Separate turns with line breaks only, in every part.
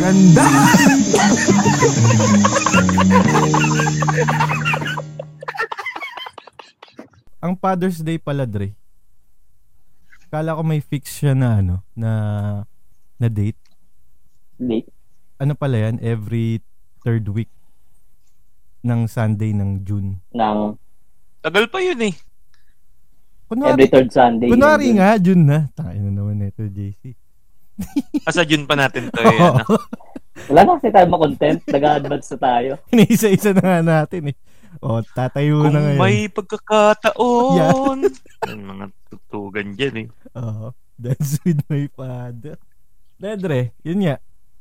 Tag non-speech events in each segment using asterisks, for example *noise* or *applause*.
ganda. Ang Father's Day pala, Dre. Kala ko may fix siya na ano, na na date.
Late.
Ano pala yan? Every third week ng Sunday ng June.
Ng
Tagal pa yun eh.
every
Kunwari,
third Sunday.
kunwari
Yun.
nga, June na. Tayo na naman ito, JC.
Asa June pa natin to.
*laughs*
eh, ano?
Wala na kasi tayo makontent. *laughs* Nag-advance na tayo.
Iniisa-isa na nga natin eh. O, tatayo
Kung
na ngayon.
may pagkakataon. *laughs* Yan, mga tutugan dyan eh.
Oo. *laughs* Dance with my father. Dedre, yun nga.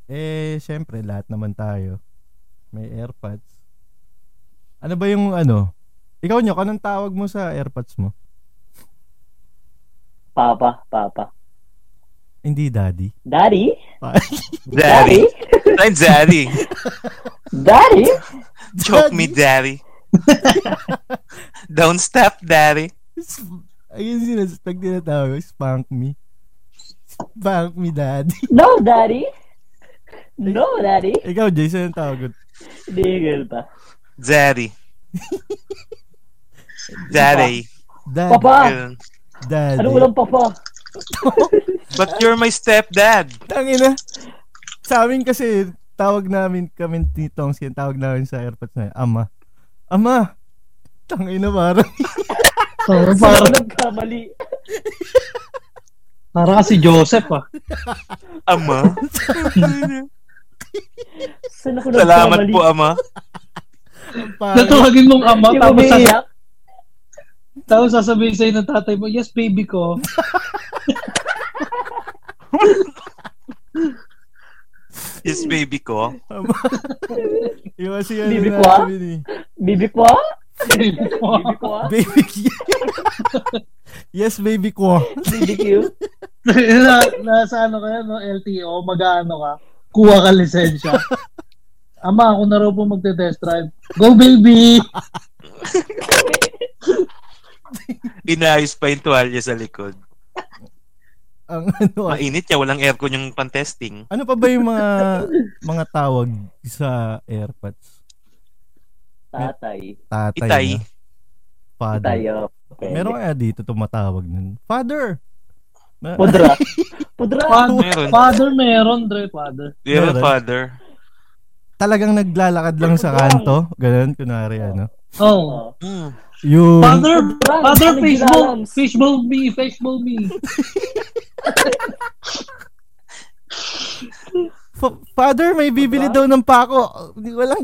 Eh, syempre, lahat naman tayo. May AirPods. Ano ba yung ano? Ikaw nyo, anong tawag mo sa AirPods mo?
Papa, papa.
Hindi, daddy.
Daddy?
Daddy.
*laughs* Daddy?
Ay,
*laughs*
Daddy.
Daddy?
Choke me, Daddy. Don't stop, Daddy.
*laughs* Ayun sila, pag tinatawag, spank me. Spank me, daddy. *laughs*
No, daddy? No, daddy?
Ikaw, Jason, anong tawag mo?
Digil pa.
Daddy. Daddy.
Dad,
Papa!
Yun.
daddy.
Ano ulang papa?
But you're my stepdad.
Tangina. Sa amin kasi, tawag namin, kami ni Tongs, yan tawag namin sa airpods na yun, ama. Ama! Tangina parang, *laughs*
Parang,
Para
parang,
nagkamali.
parang kasi Joseph ah.
*laughs*
Ama.
Saan ako
Salamat
nagkamali?
po, Ama.
parang,
Natawagin mong ama,
Hindi mo
tapos, sas-
umiiyak?
tapos sasabihin sa'yo ng tatay mo, yes baby ko.
Yes, baby ko.
ama. Yung kasi ano
Bibi ko, ah?
namin eh.
Bibi ko?
Baby ko.
Bibi
*laughs*
ko?
Baby Q. yes, baby ko.
Bibi Q?
*laughs* na, nasa ano ka no, LTO, mag-ano ka, kuha ka lisensya. Ama, ako na raw po magte-test drive. Go baby!
Inayos pa yung tuwalya sa likod.
Ang ano, ah.
Mainit niya, walang aircon yung pantesting.
ano pa ba yung mga, mga tawag sa airpods?
Tatay.
Tatay.
Itay.
na. Father.
Tatay. oh. Okay.
Meron kaya dito tumatawag nun. Father! Na, *laughs*
Pudra. Pudra.
Father,
Meron.
father meron, Dre, father.
Dear
Meron.
Father.
talagang naglalakad lang sa kanto. Ganun, kunwari, ano.
Oh.
Oh.
Hmm.
Yung,
Father,
Brad,
father,
anong
fishbowl,
ginalams?
fishbowl me, fishbowl me.
"Fa- Father, may bibili daw ng pako. Hindi ko alam.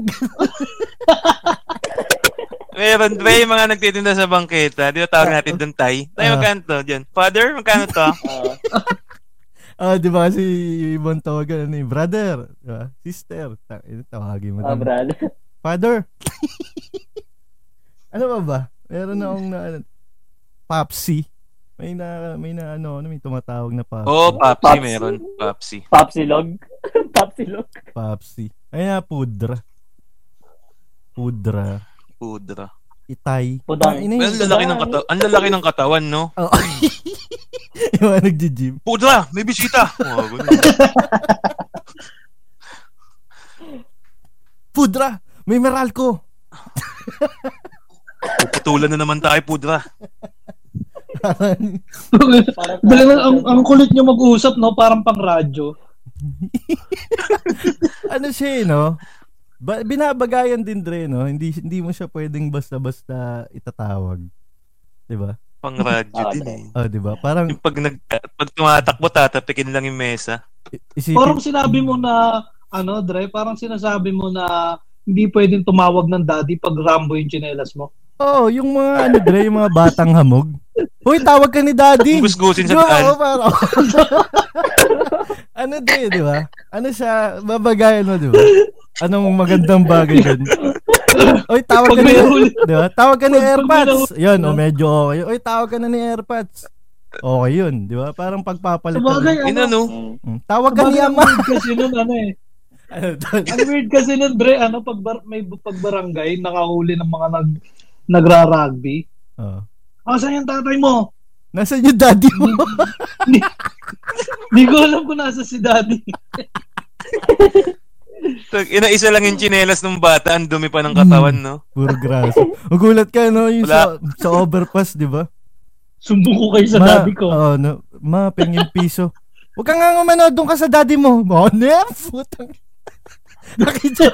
Meron, Dre, yung mga nagtitinda sa bangketa. Di ba tawag natin doon, Tay? Tay,
Ah.
magkano to? Diyan. Father, magkano
*laughs*
to?
Oh.
*laughs* Ah, di ba kasi ibang tawagan, ano eh, brother, di ba? sister. Ta- eh, Tawagin mo
Ah,
din.
Brad.
Father. *laughs* ano ba ba? Meron akong na, ano, Popsi. May na, may na, ano, ano, may tumatawag na Popsi.
Oh, Popsi,
Popsi.
meron. Popsi.
*laughs* Popsilog. Popsilog.
Popsi. Ay, na, pudra. Pudra.
Pudra.
Itay.
Pudang.
Ah, ina-
Well, ang lalaki ng katawan. Ang lalaki ng katawan, no?
Oh. *laughs* yung mga nagji-gym.
Pudra! May
*laughs*
bisita! Oh, ganun.
Pudra! May meralco! *laughs*
Putulan na naman tayo, Pudra.
Parang,
Parang-
Dali na, *laughs* ang, ang kulit nyo mag-usap, no? Parang pang radyo.
ano siya eh, no? Ba- binabagayan din Dre, no? Hindi, hindi mo siya pwedeng basta-basta itatawag. 'Di ba?
Pang radyo
Ah,
din
Dre.
eh.
Oh, 'di ba? Parang
Yung pag, nag, pag tumatakbo, tatapikin lang yung mesa.
i- isipin,
Parang sinabi mo na, ano, Dre, parang sinasabi mo na hindi pwedeng tumawag ng daddy pag Rambo yung chinelas mo.
oh, yung mga ano Dre, yung mga batang hamog. Hoy, tawag ka ni Daddy.
Gusgusin sa
Yo,
daan.
oo, oh, parang. *laughs* ano Dre, 'di ba? Ano siya, babagayan mo, 'di ba? Anong magandang bagay doon? Oy, tawag ka
Pag may
ni
huli,
Di ba? Tawag ka na
Pag- pag
AirPods. Yun, o
no?
medyo okay. Oy, tawag ka na ni AirPods. Okay yun, di ba? Parang pagpapalit. Hmm.
sabagay,
Yun
ano,
ano?
Mm.
Tawag ka ni
sabagay, ang
Ama. *laughs*
weird kasi nun, ano eh.
Ano doon?
Ang weird kasi nun, Dre, ano, pag bar- may bu- pag barangay, nakahuli ng mga nag nagra-rugby.
Oh.
Asan yung tatay mo?
Nasaan yung daddy mo?
*laughs* Hindi ko alam kung nasa si daddy.
Tag- Ina, isa lang yung chinelas ng bata, ang dumi pa
Hmm.
ng katawan, no?
Puro graso. Magulat ka, no? Yung sa,
Wala.
sa overpass, di ba?
Sumbong ko kayo sa daddy ko.
Oo, oh, no, ma, pengin piso. Huwag ka nga umano, doon ka sa daddy mo. Oh, ne, putang. *laughs* Nakita
*laughs*
mo.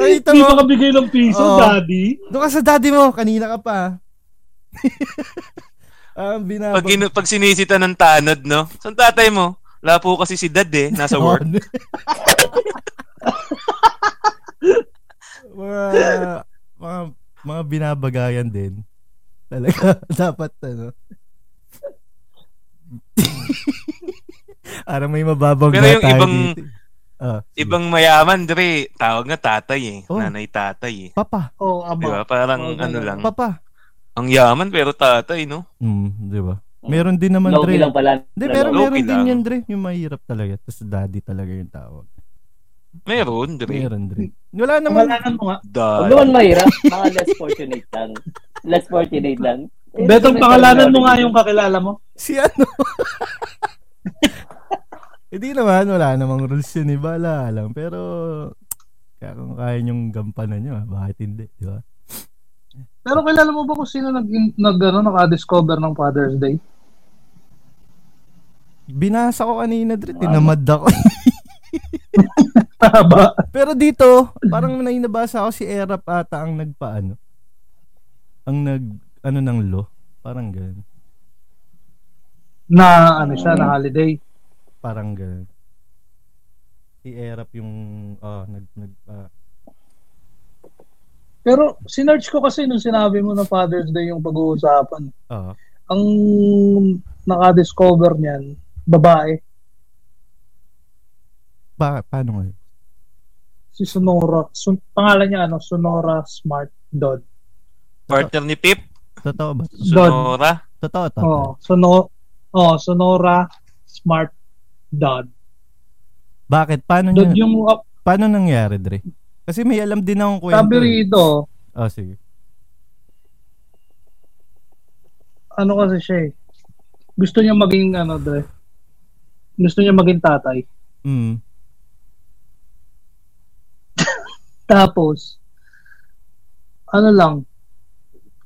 Nakita
Hindi
mo.
makabigay ng piso,
Oo.
daddy.
Doon ka sa daddy mo. Kanina ka *laughs* pa. Ang binabang.
Pag, inu- pag sinisita ng tanod, no? Saan tatay mo? Wala po kasi si dad eh, nasa
*laughs* Oh,
work.
ne. mga, mga, mga binabagayan din. Talaga, *laughs* dapat ano. Para may mababang
Pero
na
yung
tayo
ibang-
dito. Ah, sige.
Ibang mayaman, Dre, tawag na tatay eh.
Oh.
Nanay tatay eh.
Papa,
Oo,
Di ba?
ama.
Parang
Oh, ganun.
ano lang.
papa.
Ang yaman pero tatay, no?
Mm, di ba? Meron din naman,
Low
Dre.
key lang pala.
Hindi, meron,
Low-key
meron din
lang.
yan, Dre. Yung mahirap talaga. Tapos daddy talaga yung tawag.
Meron, Dre.
Meron, Dre. Wala naman.
Kamalanan mo nga.
Huwag
Ano?
Dahil.
naman mahirap. Mga less fortunate lang. Less fortunate lang. Eh,
Betong
may
pangalanan mo
meron
nga
din.
yung kakilala mo.
Si ano? Hindi naman, wala namang rules yun. Iba, wala lang. Pero, kaya kung kaya niyong gampanan niyo, ah, bakit hindi, di ba?
Pero kilala mo ba kung sino nag, nag ano, naka-discover ng Father's Day? *laughs*
Binasa ko kanina, Dre. Tinamad ako. *laughs*
Tama.
Pero dito, parang nainabasa ako si Erap ata ang nagpaano. Ang nag, ano ng law. Parang ganun.
Na ano siya, na holiday.
Parang ganun. Si Erap yung, oh, nag, nag, ah,
Pero sinearch ko kasi nung sinabi mo na Father's Day yung pag-uusapan.
ah,
Ang naka-discover niyan, babae,
ba, paano nga? yun?
si Sonora. Sun, pangalan niya ano, Sonora Smart Dodd.
Partner ni Pip,
Totoo ba?
Dodd.
Sonora.
Totoo, totoo.
Oh, Sono Oh, Sonora Smart Dodd.
Bakit? Paano niya?
Dodd yung uh,
Paano nangyari, Dre? Kasi may alam din akong kwento.
sabi
eh.
rito,
Oh, sige.
ano kasi siya eh. Gusto niya maging ano, Dre. Gusto niya maging tatay.
Mm.
Tapos, ano lang,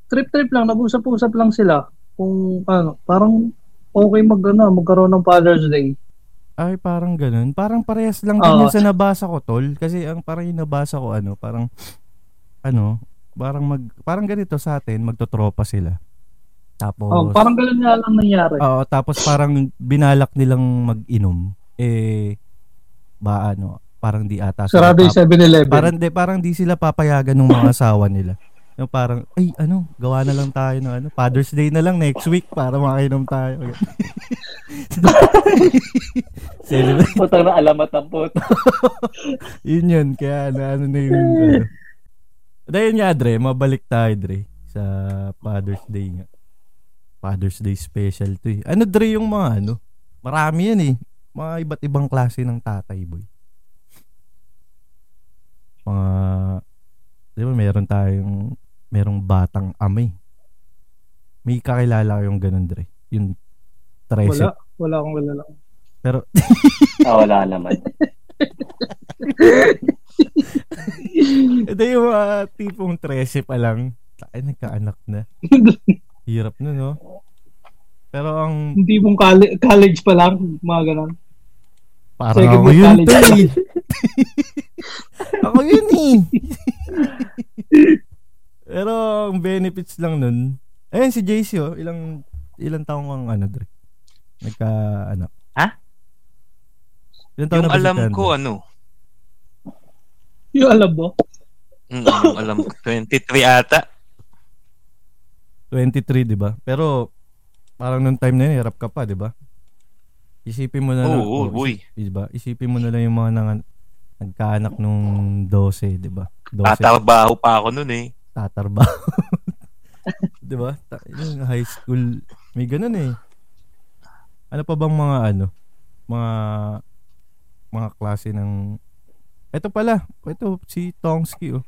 trip-trip lang, nag-usap-usap lang sila. Kung ano, parang okay mag, ano, magkaroon ng Father's Day.
Ay, parang ganun. Parang parehas lang din
Oo.
yung sa nabasa ko, tol. Kasi ang parang yung nabasa ko, ano, parang, ano, parang mag, parang ganito sa atin, magtotropa sila. Tapos,
Oh, parang ganun nga lang nangyari.
Oo, tapos parang binalak nilang mag-inom. Eh, ba ano, parang di ata. sila
Sarado yung
pap-
7-Eleven.
ah, Parang di, parang di sila papayagan ng mga asawa nila. Yung parang, ay ano, gawa na lang tayo ng ano, Father's Day na lang next week para makainom tayo. *laughs* Celebrate.
Putang na alamat ang puto.
yun yun, kaya ano, ano na yung... Ano. Dahil nga, Dre, mabalik tayo, Dre, sa Father's Day nga. Father's Day special to eh. Ano, Dre, yung mga ano? Marami yan eh. Mga iba't ibang klase ng tatay, boy. Mga... Di ba, meron tayong... Merong batang amay. May kakilala yung ganun, Dre. Yung
wala,
tricep.
wala akong wala lang.
Pero
Ah, wala naman.
Ito yung ah, tipong 13 pa lang. Ay, nagkaanak na. Hirap na, no? Pero ang
Hindi mong college, college pa lang, mga ganun. *laughs*
parang
Second
ako
year
yun,
college.
to, eh. ako yun, eh. Pero ang benefits lang nun. Ayun, si JC, oh, ilang, ilang taong ang ano, Dre? Nagka, ano?
Ha?
Ilang taong
Yung
na ba si
alam
Tanda?
ko, ano?
Yung alam mo,
Mm,
*laughs*
yung alam ko, 23 ata.
23, di ba? Pero, parang nung time na yun, hirap ka pa, di ba? Isipin mo na lang.
Oo, oh,
oh,
boy.
Di ba? Isipin mo na lang yung mga nang, nagkaanak nung 12, di ba? 12,
Tatrabaho pa ako nun eh.
tatarbaho. *laughs* di ba? Ta- yung high school, may ganun eh. Ano pa bang mga ano? Mga mga klase ng Ito pala, ito si Tongski oh.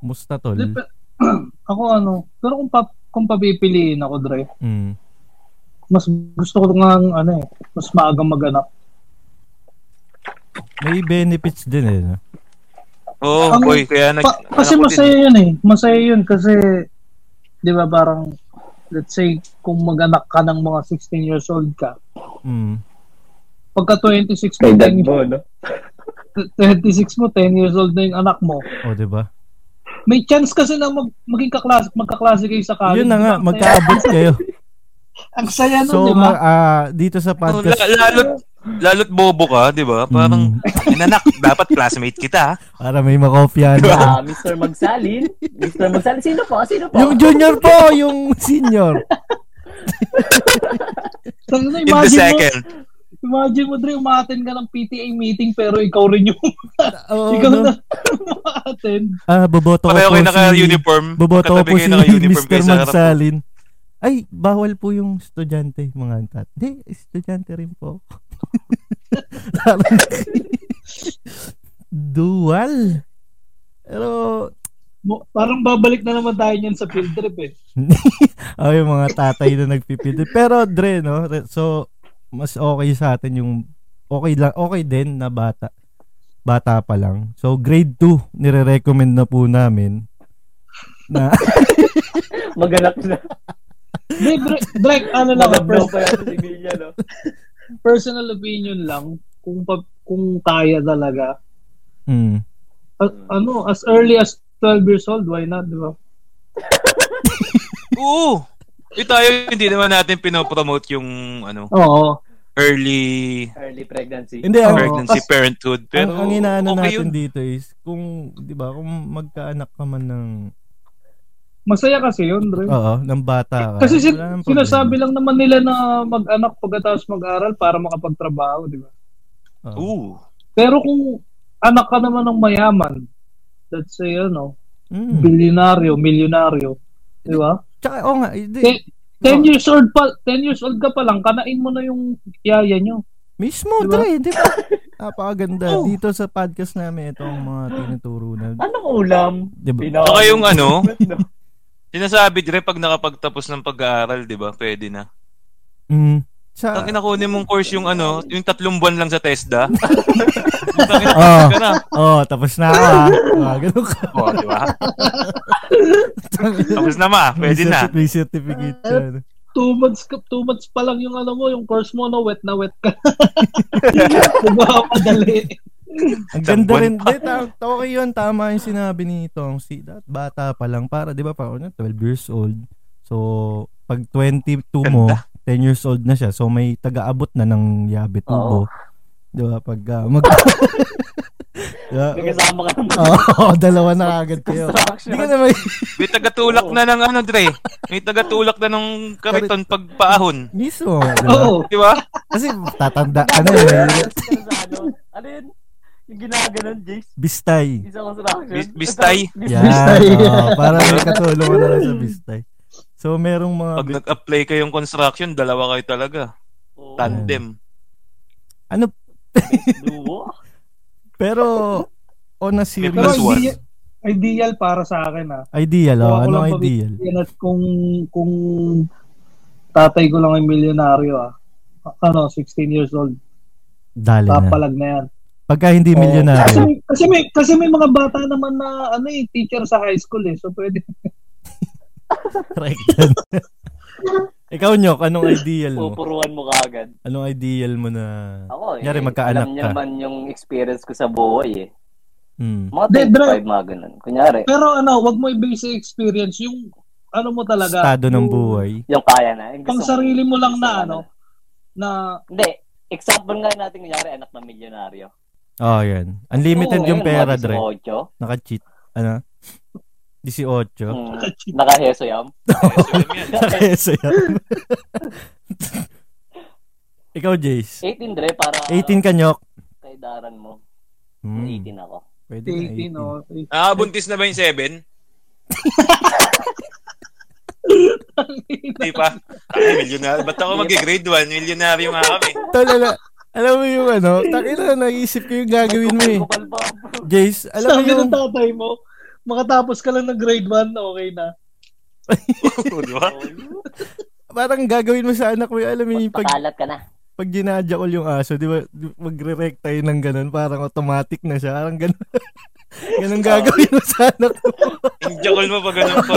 Musta tol?
Hindi, pe- *clears throat* ako ano, pero kung, pa, kung papipiliin ako, Dre,
Mm.
mas gusto ko nga ano eh, mas maagang mag
May benefits din eh. No?
Oo, Oh,
Ang-
boy. Kaya nag...
Pa- kasi
ano ko din.
masaya yun eh. Masaya yun kasi, di ba parang, let's say, kung mag-anak ka ng mga 16 years old ka,
Mm.
pagka 26 mo,
Kay dad
10,
mo, no?
26 mo, 10 years old na yung anak mo,
O, di ba?
may chance kasi na mag, maging kaklase, magkaklase kayo sa college.
Yun na nga,
Ah, di ba? Ang saya- *laughs*
magkaabot kayo.
Ang saya nun,
So,
di ba?
ma- ah, dito sa
Oh,
podcast,
la- lalo't, lalo't bobo ka, di ba? Parang,
Mm.
inanak, dapat classmate kita. ah.
para may makopya na.
Ah, Mr. Magsalin. Mr. Magsalin. Sino po? Sino po?
yung junior po, yung
*laughs*
senior.
Tangina,
In the
imagine mo,
second.
imagine mo, Dre, umaattend ka ng PTA meeting pero ikaw rin yung,
Oo,
ikaw
no?
na *laughs* umaattend.
Ah, boboto ko
Pareho
po
kayo
si...
naka-uniform.
Boboto ko po
Magkatabi
si
kayo naka-uniform
Mr.
kayo sa harap.
Magsalin. Ay, bawal po yung estudyante, mga antat. Hindi, estudyante rin po. *laughs* Parang- *laughs* Dual. Pero,
Mo- Parang babalik na naman tayo niyan sa field trip eh.
*laughs* oh, yung mga tatay na nagpipili. Pero, Dre, no? Re- So, mas okay sa atin yung okay lang okay din na bata bata pa lang. So grade 2 nire-recommend na po namin na *laughs*
Maganap na.
Dre, Dre, Dre, ano lang,
Maganap
pers-
pa yan si Villa, no?
personal opinion lang, kung pa- kung kaya talaga,
mm.
a- ano, as early as 12 years old, why not, di ba?
Oo. Yung tayo, hindi naman natin pinopromote yung ano,
Oo.
early
Early pregnancy.
Hindi, ang,
pregnancy parenthood. Pero
ang, ang inaano
okay
natin
yun.
dito is kung 'di ba kung magkaanak ka man ng
Masaya kasi yun, Dre.
oo, ng bata ka.
Kasi sin-
wala nang problema.
sinasabi lang naman nila na mag-anak pagkatapos mag-aral para makapagtrabaho, di ba?
Oo.
Oo.
Pero kung anak ka naman ng mayaman, let's say, ano,
Mm.
bilyonaryo, milyonaryo, di ba?
Tsaka oo nga, eh, hindi,
Ten, ten years old pa, 10 years old ka pa lang, kanain mo na yung yaya nyo.
mismo
Diba?
Dre, 'di
*laughs*
ba? Napakaganda
Oo.
dito sa podcast namin itong mga tinuturo na
Anong ulam?
'di ba?
Pinawa.
Saka yung ano, sinasabi dire pag nakapagtapos ng pag-aaral, 'di ba? Pwede na.
Mm. Sa
Tangin na kunin mong course yung ano, yung tatlong buwan lang sa
*laughs*
TESDA. Tangin na
Oo.
ka na.
Oh, tapos
*laughs*
na ako. ah. Ah, ganun ka.
Oh, di ba? Tapos na ma, pwede
May *laughs*
na. Ah.
certi- May certificate siya. ano.
two months ka, two months pa lang yung ano mo, yung course mo na wet na wet ka.
*laughs*
Nagmamadali.
Ang ganda
Isang
rin.
buwan pa.
Di, ta- okay yun. Tama yung sinabi ni Tong si dat bata pa lang. Para, di ba, pa, ano, 12 years old. So, pag 22 mo, 10 years old na siya. So, may taga-abot na ng yabe tubo. Di ba, pag ah, mag... *laughs* Diba?
*laughs* Nagkasama ka ng
Oo, dalawa na agad kayo.
construction.
Hindi ka naman...
May tagatulak na ng ano, Dre. May tagatulak na ng kariton pag paahon.
Mismo. di ba?
Oo.
Di ba?
Kasi tatanda ka na eh.
Ano yun? Yung ginaganon, Jace?
Bistay.
Isang construction.
Bis- bistay.
Yan.
Bistay.
oo, para may katulong ka na lang sa Bistay. So, merong mga...
Pag nag-apply kayong construction, dalawa kayo talaga.
Oo.
Tandem.
Ano?
Duo.
Pero, on a
Pero
serious
Plus one.
ideal, ideal para sa akin ah.
ideal, oh,
Kung ako
ano
lang
ideal?
pamilya at kung kung tatay ko lang ay milyonaryo ah. Ano, 16 years old.
Dali na.
Papalag na yan.
Pagka hindi
Kasi,
*laughs* milyonaryo.
kasi, may, kasi may mga bata naman na ano eh, teacher sa high school eh. So pwede. *laughs*
Correct. *laughs* Ikaw, Nyok, anong ideal mo?
Pupuruan mo kaagad.
Anong ideal mo na...
Ako eh.
Kunyari, magkaanak
alam niyo
ka.
naman yung experience ko sa buhay eh.
Hmm.
Mga 25,
Hindi,
mga ganun. Kunyari,
Pero ano, wag mo i-base sa experience yung ano mo talaga.
Estado ng
yung
buhay.
yung kaya na. Yung gusto
Pang
mo.
sarili mo lang na
Gusto
ano,
mo
na
na. Hindi. Example nga natin, kunyari, anak na milyonaryo.
Oh, yan. Unlimited
Oo,
yung
ayun,
pera,
mga
Dre.
18.
Naka-cheat. Ano? 18.
Mm, Nakaheso yam.
Ah. *laughs* Naka-eso yan. Ikaw, Jace.
18, Dre, para
18 ka, Nyok.
kaidaran mo.
Hmm.
18 ako.
Pwede na
18 o.
Ah, buntis na ba yung 7? Hindi pa. Ay, Ah, milyonary. Ba't ako mag-grade 1? Milyonary nga kami.
Talala. Alam mo yung ano, takina na naisip ko yung gagawin mo eh.
Kupal pa.
Jace,
*laughs*
alam mo
Sabi
yung
ng tatay mo, makatapos ka lang ng grade 1, okay na.
Oo, *laughs* di ba?
parang gagawin mo sa anak mo, yung alam mo yung pag
Pakalat ka na.
pag ginajakol yung aso, di ba, di- magre-rect tayo ng ganun, parang automatic na siya, parang ganun. ganun gagawin mo sa anak mo.
Injakol mo pa ganun po.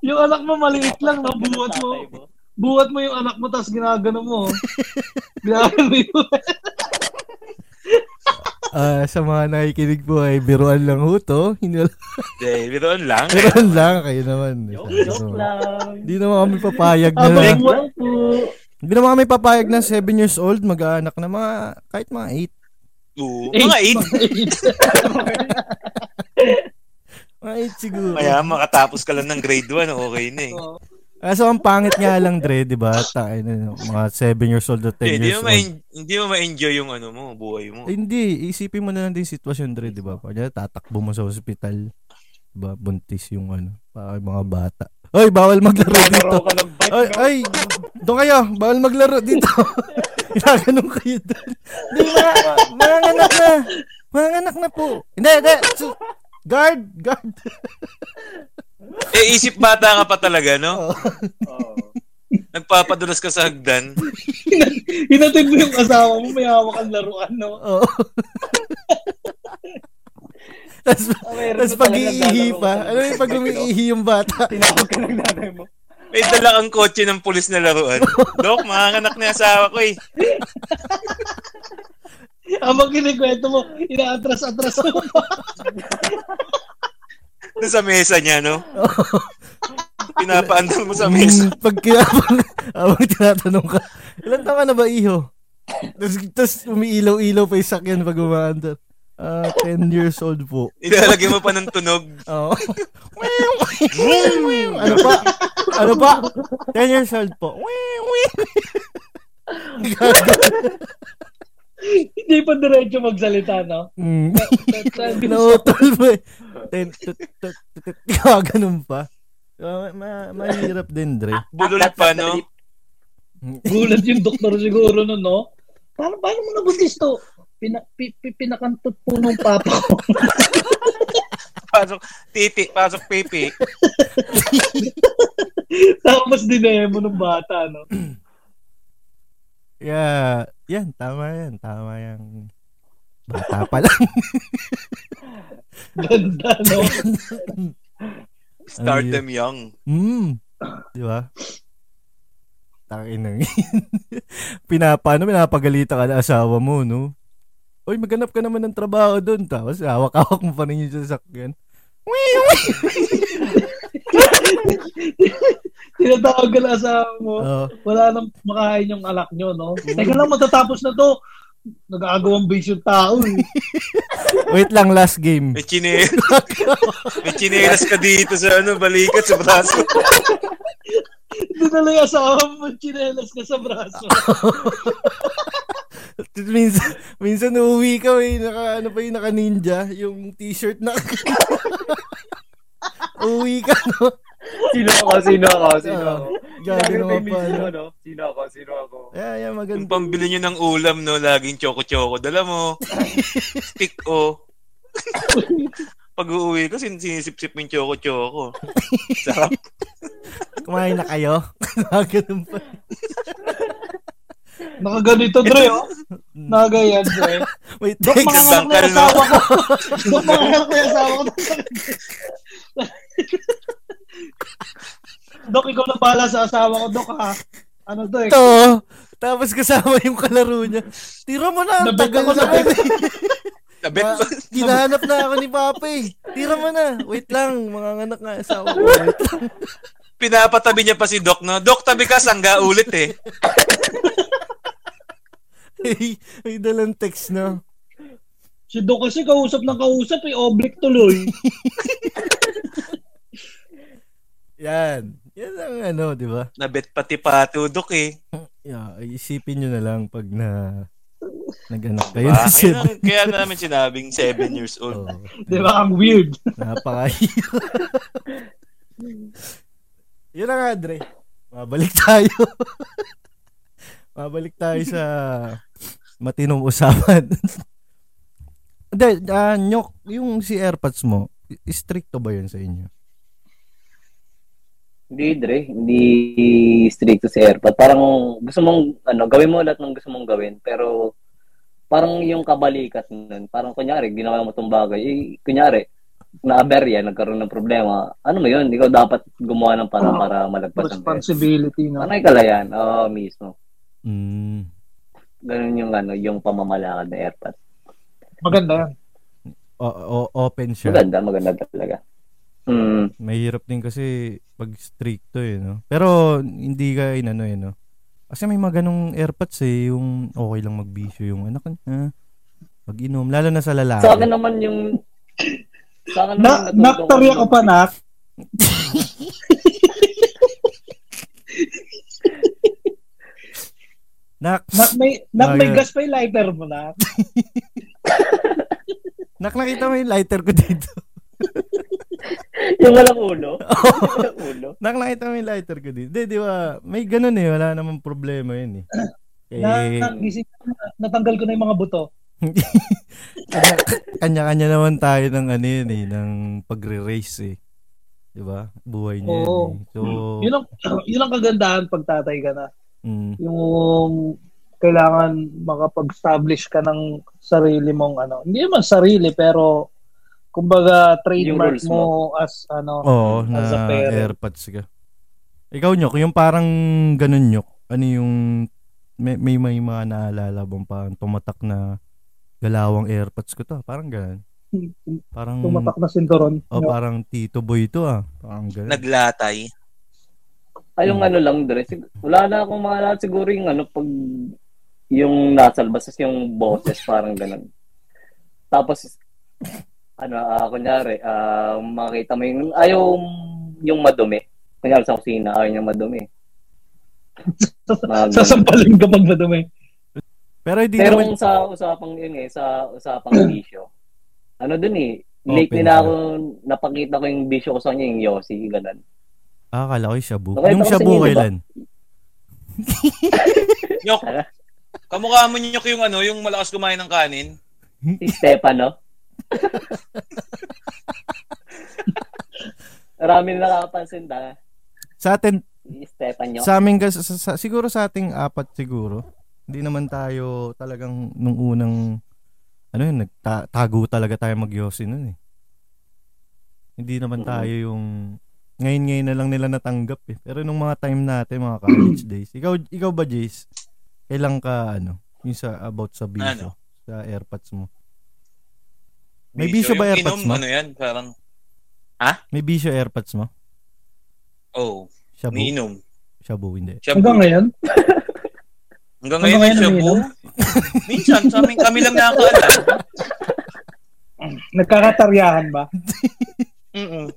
Yung anak mo maliit lang, no? buhat mo.
Tatay mo.
Buhat mo yung anak mo, tapos ginagano
*laughs*
mo. ginagano yun.
Ah, sa mga nakikinig po ay biruan lang ho to. Hinul-
Eh, biroon lang.
biruan lang kayo naman. Sabi
Joke,
ko.
joke lang.
Di naman kami papayag na.
Habang
Hindi
buhat
naman kami papayag na 7 years old, mag-aanak na mga, kahit mga
Oo, mga eight.
eight. Mga eight siguro.
Kaya makatapos ka lang ng grade 1, okay na eh.
Ah, so ang pangit nga lang, Dre, di ba? Tayo na, mga 7 years old o 10
Eh, Hindi
years old.
mo, ma- hindi mo ma-enjoy yung ano mo, buhay mo.
Eh, Hindi, isipin mo na lang din yung sitwasyon dre, 'di ba? Kanya tatakbo mo sa ospital. 'Di ba? Buntis yung ano, para yung mga bata. Hoy, bawal maglaro dito.
Nagkaroon ka ng bike,
Ay, ay, doon kayo, bawal maglaro
*laughs*
dito. Ginaganon kayo doon. Hindi, mga, mga anak na. Mga anak na po. Hindi, hindi. Su- guard, guard.
Eh, isip bata ka pa talaga, no?
Oo. Oh.
Oo.
*laughs* Nagpapadulas ka sa hagdan.
*laughs* Hinatid mo yung asawa mo, may hawak ang laruan,
*laughs*
no?
Oo. Tapos,
Ah, meron
tas pag
pa talagang
iihi
lalaro
pa,
ka
ano yung pag umiihi yung bata?
Tinawag ka ng nanay mo.
May dala kang kotse ng pulis na laruan. Dok, manganak na yung asawa ko eh.
Habang kinikwento mo, inaatras-atras mo. *laughs*
Doon sa mesa niya,
*laughs*
no? Pinapaandal mo sa mesa.
Mm, pag kinabang, *laughs* abang tinatanong ka, ilan taon ka na ba, iho? Tapos, tapos umiilaw-ilaw pa yung sakyan pag umaandar. Ah, 10 years old po.
Ilalagay mo pa ng tunog.
Oo. *laughs* ano pa? Ano pa? 10 years old po. *laughs*
Hindi pa diretso magsalita,
*laughs*
no?
Mm.
Tapos,
Pinautol mo eh. Ten- tut- tut- tut- tut- *laughs* Ah, Ganun pa. Ah, ma- mahirap din, Dre. *laughs*
Bulol pa, no?
Gulat yung doktor siguro nun, no? Paano, paano mo nabuntis to? Pina, pi, pi, pinakantot po nung papa ko. *laughs*
Pasok titi, pasok pipi.
Tapos dinemo ng bata, no?
Yeah. Yan, tama yan. Tama yan. Bata pa lang.
Ganda, no?
Start
Ayun.
them young.
Mm. Di ba? Takin na *laughs* Pinapano, pinapagalita ano, ka na asawa mo, no? Uy, maganap ka naman ng trabaho doon. Tapos hawak-hawak mo pa rin yung sasakyan. *laughs*
Tinatawag ka na asawa mo.
Oh.
Oo.
Wala nang makahain yung alak nyo, no? Teka lang, matatapos na to. Nag-aagawang base yung tao, eh.
wait lang, last game.
May chinelas. May chinelas ka dito sa ano, balikat sa braso.
Dinala yung asawa mo, chinelas ka sa braso.
*laughs* minsan, minsan uuwi ka, eh, naka, ano pa yung naka-ninja, yung t-shirt na... *laughs* uuwi ka, no?
*laughs* Sino ako? Sino ako? Sino
Oo.
ako?
Gago
Sabi ko
naman pa,
kay misis
ano?
mo, no? Sino ako? Sino ako?
Yeah, yeah,
Yung
maganda.
pambili nyo ng ulam, no? Laging choco-choco. Dala mo. Stick, o. Pag uuwi ko, sin- sinisip-sip mo yung choco-choco. Sarap.
Kumain na kayo. *laughs* Ganun pa.
Nakaganito, Dre,
*laughs*
oh.
Mm.
Nagayan, Dre.
Wait,
Dok,
teka.
mga anak na yung
Sangkal,
*laughs*
asawa ko. Dok, mga anak na yung asawa ko. Dok, ikaw na bahala sa asawa ko, Dok, ha? Ano to, eh?
to. Tapos kasama yung kalaro niya. Tira mo na. ang
Nabet
Tagal
ako, eh.
na.
nabet.
Nabit ba?
Hinahanap na ako ni Papa eh. Tira mo na. Wait lang. Mga anak nga asawa ko. Wait lang.
Pinapatabi niya pa si Doc, no? Doc, tabi ka, sangga ulit, eh.
Ay, ay dalang text na.
Si Dok kasi kausap ng kausap, eh. Oblique tuloy. *laughs*
Yan. Yan ang ano, di ba?
Nabit pati pato, Doc, eh.
Yeah, isipin nyo na lang pag na nag-anak kayo na
Ah, kaya,
sila.
na- kaya namin sinabing 7 years old.
Oh,
Di ba? Ang weird.
napaka *laughs* Yun na nga, Dre. Mabalik tayo. *laughs* Mabalik tayo sa matinong usapan. *laughs* Hindi, ah, Nyok, yung si AirPods mo, i- stricto ba yun sa inyo?
Hindi, Dre. Hindi strict si airpod. Parang gusto mong, ano, gawin mo lahat ng gusto mong gawin. Pero, parang yung kabalikat nun. Parang kunyari, ginawa mo itong bagay. Eh, kunyari, na-aberya, nagkaroon ng problema. Ano mo yun? Ikaw dapat gumawa ng parang
Oo.
para malagpas ang test.
Responsibility na.
Anay kalayan. Oo, mismo.
Mm.
Ganun yung, ano, yung pamamalakad na airpod.
Maganda yan.
O- o- open siya.
Maganda, maganda talaga. Mm.
Mahirap din kasi pag stricto eh, no? Pero hindi ka inano eh, no? Kasi may mga ganong airpods eh, yung okay lang magbisyo yung anak na pag inom, lalo na sa lalaki.
Sa akin naman yung... Sa akin
Na,
naman, natutuwa
naktarya ka pa, nak.
Nak,
Nak may, nak
Ah,
may
yeah.
gas pa yung lighter mo, nak.
nak nakita mo yung lighter ko dito.
*laughs*
*laughs*
Yung walang ulo. walang ulo.
Nak nakita mo yung lighter ko dito. Di, di ba? May ganun eh, wala namang problema
*clears throat*
yun eh. Eh,
Nak, gising ka na. Natanggal ko na yung mga buto.
Kanya- kanya-kanya naman tayo ng ano yun eh, ng pagre-race eh. 'Di ba? Buhay niya. yun
Oo.
eh. So,
Yun ang, *clears throat* yun ang kagandahan pag tatay ka na.
mm,
Yung kailangan makapag-establish ka ng sarili mong ano. Hindi naman sarili, pero kumbaga trademark
rules
mo, as ano.
oo, na
as a parent.
airpods ka. Ikaw nyok, yung parang ganun nyok. Ano yung may may, may mga naalala bang parang tumatak na galawang airpods ko to. ah. Parang ganun. Parang
Tumatak na sinturon.
Oh, parang Tito Boy to ah. Parang ganun.
Naglatay.
Ay, yung ano lang, Dre. Sig- wala na akong maalala siguro yung ano, pag yung nasal, basta yung boses, parang ganun. Tapos, ano, ah, kunyari, ah, makita mo yung, ayaw yung madumi. Kunyari sa kusina, ayaw yung madumi. Mga ganun.
Sasampalin ka pag madumi.
Pero hindi
Pero
naman
kung sa usapang yun eh, sa usapang bisyo, ano dun eh, late
Open
na
siya.
ako, napakita ko yung bisyo ko sa kanya, yung Yossi, ganun.
Ah, kala ko yung shabu.
Okay,
yung
tapos
shabu
yun, di ba?
kailan?
Nyok, kamukha mo nyok yung ano, yung malakas kumain ng kanin.
Si Stefano. Marami na nakakapansin ta.
Sa atin
Si Stefano.
Sa amin kasi, sa, sa- siguro sa ating apat siguro, hindi naman tayo talagang nung unang, ano yun, nagtago talaga tayo magyosi nun eh. Hindi naman
Oo.
tayo yung, ngayon-ngayon na lang nila natanggap eh. Pero nung mga time natin, mga college days, ikaw, ikaw ba Jace, kailan ka ano, yung sa, about sa bisyo, sa airpods mo? May bisyo ba
Yung
airpods
inom,
mo?
Ano yan, parang,
May bisyo airpods mo?
oh,
Shabu?
niinom.
Shabu, hindi.
Shabu.
Hanggang ngayon,
Hanggang
Hanggang
ngayon,
ngayon
shabu.
umiinom?
Minsan, sa amin, kami lang nakakaalam.
nagkakataryahan ba?
Mm-mm.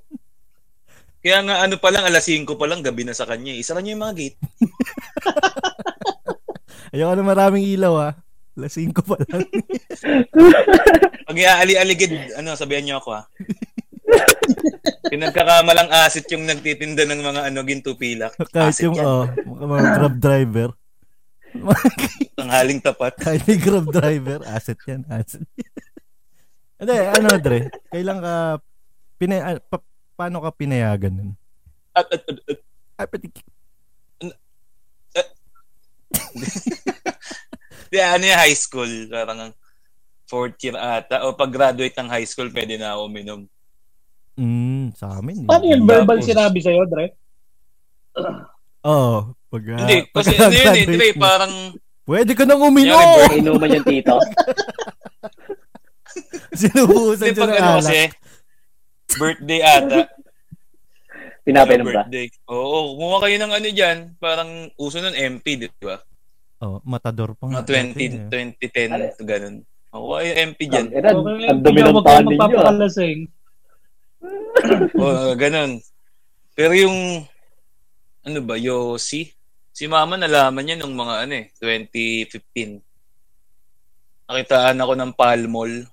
Kaya nga, ano pa lang, alas 5 pa lang, gabi na sa kanya. Isa niya yung mga gate.
Ayoko na maraming ilaw ah. Alas 5 pa lang.
Pag iaali-aligid, ano, sabihan
*laughs*
niyo ako, ha? Pinagkakamalang asit yung nagtitinda ng mga ano, ginto pilak.
Kahit
Asit
yung,
yan.
oh, mga mga grab driver.
Tanghaling tapat.
Kahit yung grab driver, asset yan, asset. Hindi, ano, Dre? Kailan ka, pina, ah, pa- paano ka pinayagan nun?
At, at, at, at.
Ay, pati,
Di, ano yung high school? Parang ang fourth year ata. O pag-graduate ng high school, pwede na ako uminom.
mm, sa amin. eh.
Paano yung
Tapos-
verbal sinabi sa'yo, Dre?
Oo. Pag, ah,
Hindi,
pag-
kasi ano yun eh,
graduate
Dre,
mo,
parang
Pwede ka nang
Kunyari,
uminom!
bro.
Inuman yung tito.
Sinubuhusan
Hindi,
siya
pag
ng
ano
alak.
kasi, birthday ata.
Pinapinom ba?
birthday. Oo, kumuha kayo ng ano dyan. Parang uso nun MP, di ba?
Oh, matador pa nga. eh,
Mga 20, 2010, ganun. Oo, kayo MP dyan.
Ang, eran,
Okay,
ang dumi ng
huwag kang
panin niyo. ah.
magpapakalasing.
Oo, ganun. Pero yung, ano ba, Yossi? Si Mama nalaman niya nung mga ano eh, 2015. Nakitaan ako ng Palmol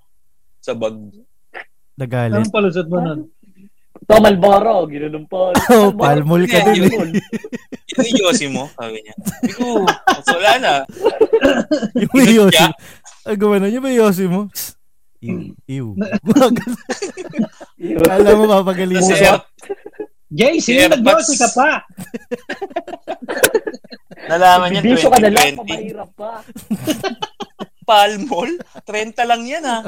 sa bag.
Nagalit.
Anong palusot mo
Ano?
nun?
Tom Alvaro, ginunumpon.
*laughs* Oh, palmol ka
Hindi,
din eh.
Yun.
Yan yung Yossi mo, sabi niya. Hindi ko, so, wala na.
Yung
Ingat
yosi.
ka.
Ay, gumano yung may yosi mo. Ew. *laughs* Ew.
Yun.
Kala mo papagalitan.
Kasi,
Jay, sino
Airpods.
nag-bossy ka pa?
Nalaman niya
Bisyo ka na lang,
2020.
pamahirap pa.
Palmol, 30 lang yan ah.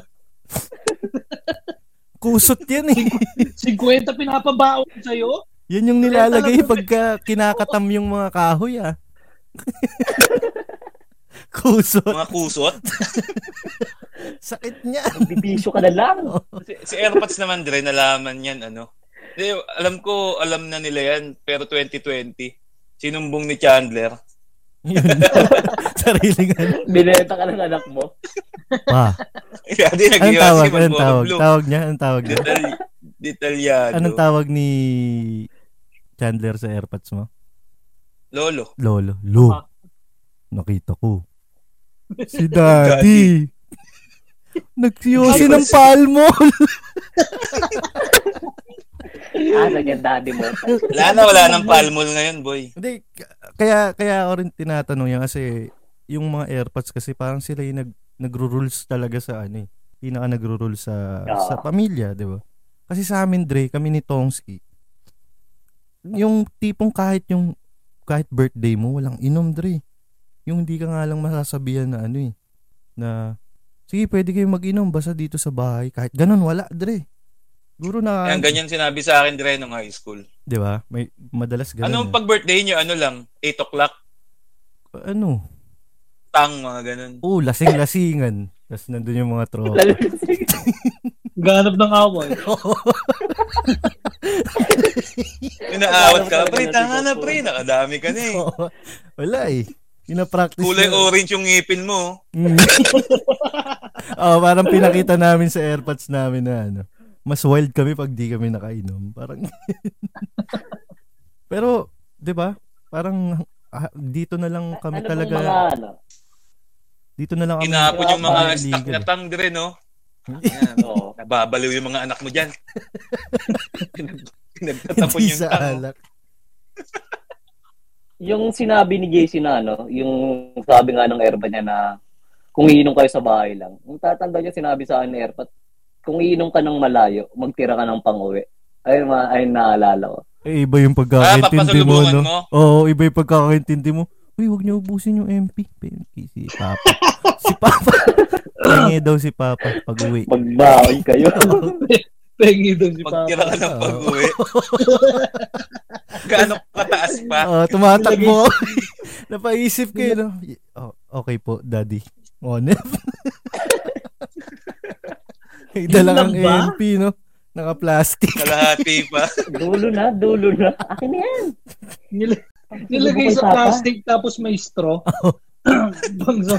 Kusot yan eh.
50 pinapabaon sa'yo?
Yan yung nilalagay pagka kinakatam yung mga kahoy ah. *laughs* Kusot.
Mga kusot.
Sakit niya.
Bibisyo ka na lang.
Si, si AirPods naman, Dre, nalaman yan, ano. Di, alam ko, alam na nila yan, pero 2020. Sinumbong ni Chandler.
Yun. *laughs* Sariling ano.
Binenta ka ng anak mo.
Pa.
Hindi,
Anong
nag-iwas
tawag?
si
Anong tawag?
Blue.
Tawag niya? Anong tawag niya?
Detal- detalyado.
Anong tawag ni Chandler sa airpods mo?
Lolo.
Lolo. Lo.
Ah.
Nakita ko. Si daddy. Nagsiyosi ng
Ay,
palmo.
Ah, naging daddy mo.
Oh.
Wala na, wala nang palmol ngayon, boy.
Hindi, k- kaya kaya ako rin tinatanong yan kasi yung mga airpods kasi parang sila yung nag, nagro-rules talaga sa ano eh. Pinaka nagro-rule sa,
Ah.
sa pamilya, di ba? Kasi sa amin, Dre, kami ni Tongski, yung tipong kahit yung kahit birthday mo, walang inom, Dre. Yung hindi ka nga lang masasabihan na ano eh, na sige, pwede kayo mag-inom basta dito sa bahay. Kahit ganun, wala, Dre. Guro na,
Ang ganyan sinabi sa akin, Dre, nung high school.
di ba? May madalas ganun.
Anong
eh.
pag-birthday nyo, ano lang, 8 o'clock,
ano?
tang, mga ganun.
Oo, lasing-lasingan. Tapos nandun yung mga tropa.
Ganap ng
*laughs*
away.
Inaawat ka, pre, tanga na, pre, nakadami ka na eh.
Oo. Wala eh. Pinapractice.
Kulay
na-
orange yung ngipin mo.
Mm. *laughs* Oo, parang pinakita namin sa airpods namin na ano. Mas wild kami pag di kami nakainom. Parang *laughs* Pero, 'di ba? Parang ah, dito na lang kami
ano
talaga
talaga. Mga, ano?
dito na lang kami
Inapon yung mga
Parang
stock
legal
na
eh.
tang, Dre, no? Yan.
Oo.
Nababaliw yung mga anak mo
*laughs*
dyan. Pinag- Pinagtatapon
hindi
yung
sa
tang.
alak.
Yung sinabi ni JC na ano, yung sabi nga ng Erba niya na kung iinom kayo sa bahay lang. Yung tatanda niya sinabi sa akin ni Erba, kung iinom ka ng malayo, magtira ka ng pang-uwi. Ay, ma- ay naalala ko.
Eh, iba yung
Ah,
pagkakaintindi mo,
papasalubungan
no?
mo.
Oo, iba yung pagkakaintindi mo. Uy, huwag niyo ubusin yung MP. Pero Si
*laughs*
Papa. si Papa. Tingi daw si Papa pag
*laughs*
uwi.
Magbahay kayo. *laughs*
Pengi doon si Papa.
Pagtira ka ng pag-uwi. Gaano kataas
*laughs*
pa?
Oo, Ah, tumatakbo. *laughs* Napaisip kayo, no? Oh, okay po, Daddy.
*laughs*
Onef. May dala kang
lang ba?
MP, no? Naka-plastic.
Kalahati pa.
dulo na, dulo na. Akin na yan.
Nil-
Subo
Nilagay
kay
sa
Papa.
plastic tapos may *laughs* straw. *laughs* Bangso.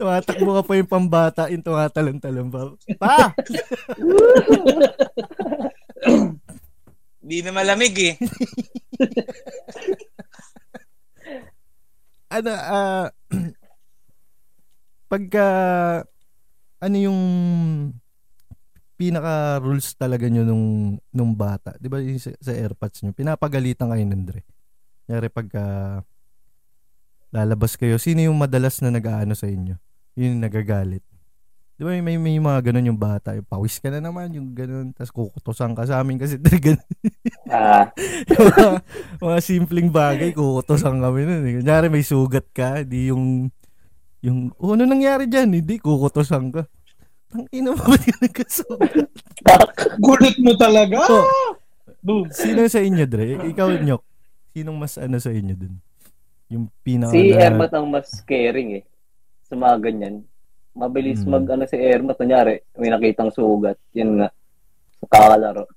Tumatakbo ka pa yung pambata, yung tumatalon-talon pa. Pa!
Di na malamig eh.
ano, ah, *clears throat* pagka, ano yung pinaka rules talaga nyo nung, nung bata, di ba yung sa, sa airpods nyo, pinapagalitan kayo nun, Dre. Kanyari pagka lalabas kayo, sino yung madalas na nag-aano sa inyo? Yun yung nagagalit. Di ba may, may mga ganun yung bata, yung pawis ka na naman, yung ganun, tas kukutosan ka sa amin kasi *laughs* Dre, ganun
Ah,
mga, mga simpleng bagay, kukutosan kami nun. Eh. Kunyari may sugat ka, di yung, yung, oh, ano nangyari dyan? Hindi, kukutosan ka. Ang ina mo, *laughs* ba't ka nagkasugat?
Gulit mo talaga.
Oh,
Boom.
sino sa inyo, Dre? Ikaw, Nyok. Sinong mas ano sa inyo dun? Yung pinaka...
si
na-
Ermat ang mas caring eh. Sa mga ganyan. Mabilis
Hmm.
mag ano si Ermat. Kunyari, may nakitang sugat. Yun nga. Sa kakalaro.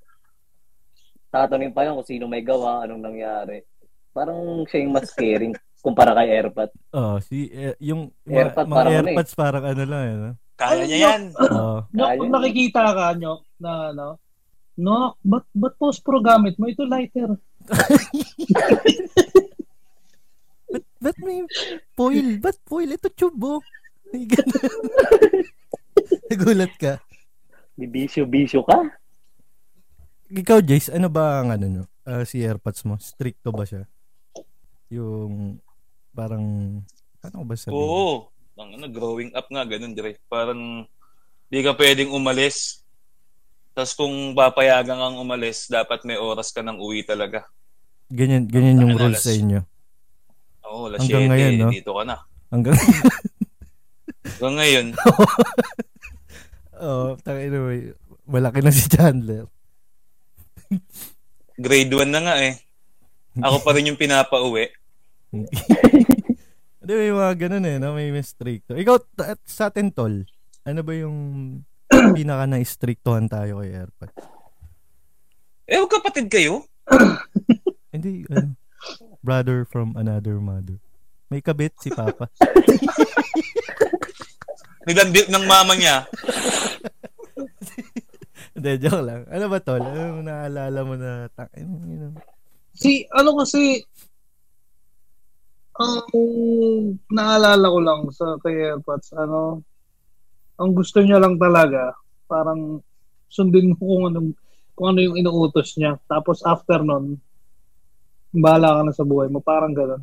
Tatanungin pa yun kung sino may gawa, anong nangyari. Parang siya yung mas caring kumpara kay Ermat.
Oh, si, eh, yung
Airpod,
mga, mga
parang ano eh.
airpods parang ano lang. Oh. Ano?
*coughs*
Kaya niya yan.
Oo.
No, kung nakikita ka nyo na ano, no, ba't, ba't post pro gamit mo? Ito lighter.
Ba't may foil? Ba't foil? Ito tubo. Ay, ganun.
*laughs*
Nagulat ka.
Di bisyo-bisyo ka.
Ikaw, Jace, ano ba ang ano nyo? Ah, si AirPods mo? Stricto ba siya? Yung parang... Ano ba sabihin?
Oo. Ang ano, growing up nga, ganun, Dre. Parang di ka pwedeng umalis. Tapos kung papayagan kang umalis, dapat may oras ka ng uwi talaga.
Ganyan, ganyan yung
Tangina,
rules
alas.
sa inyo.
Oo, alas
Hanggang
7,
ngayon, no?
dito ka na.
Hanggang,
Hanggang ngayon,
*laughs* oh, tangina mo, malaki na si Chandler.
grade 1 na nga eh. Ako pa rin yung pinapauwi.
Hindi, may mga ganun eh, no? may, may stricto. Ikaw, t- at sa atin, Tol, ano ba yung pinaka na-strictohan tayo kay Airpod?
Eh, magkapatid kayo?
Hindi, ano, brother from another mother. May kabit si Papa. *laughs*
Nilandip ng mama niya.
Hindi, joke lang. Ano ba, Tol? Ano yung naalala mo na, ta- you know,
Si, ano kasi, ang naalala ko lang sa kay Airpods, ano, ang gusto niya lang talaga, parang sundin mo kung anong, kung ano yung inuutos niya. Tapos after nun, bahala ka na sa buhay mo. Parang ganun.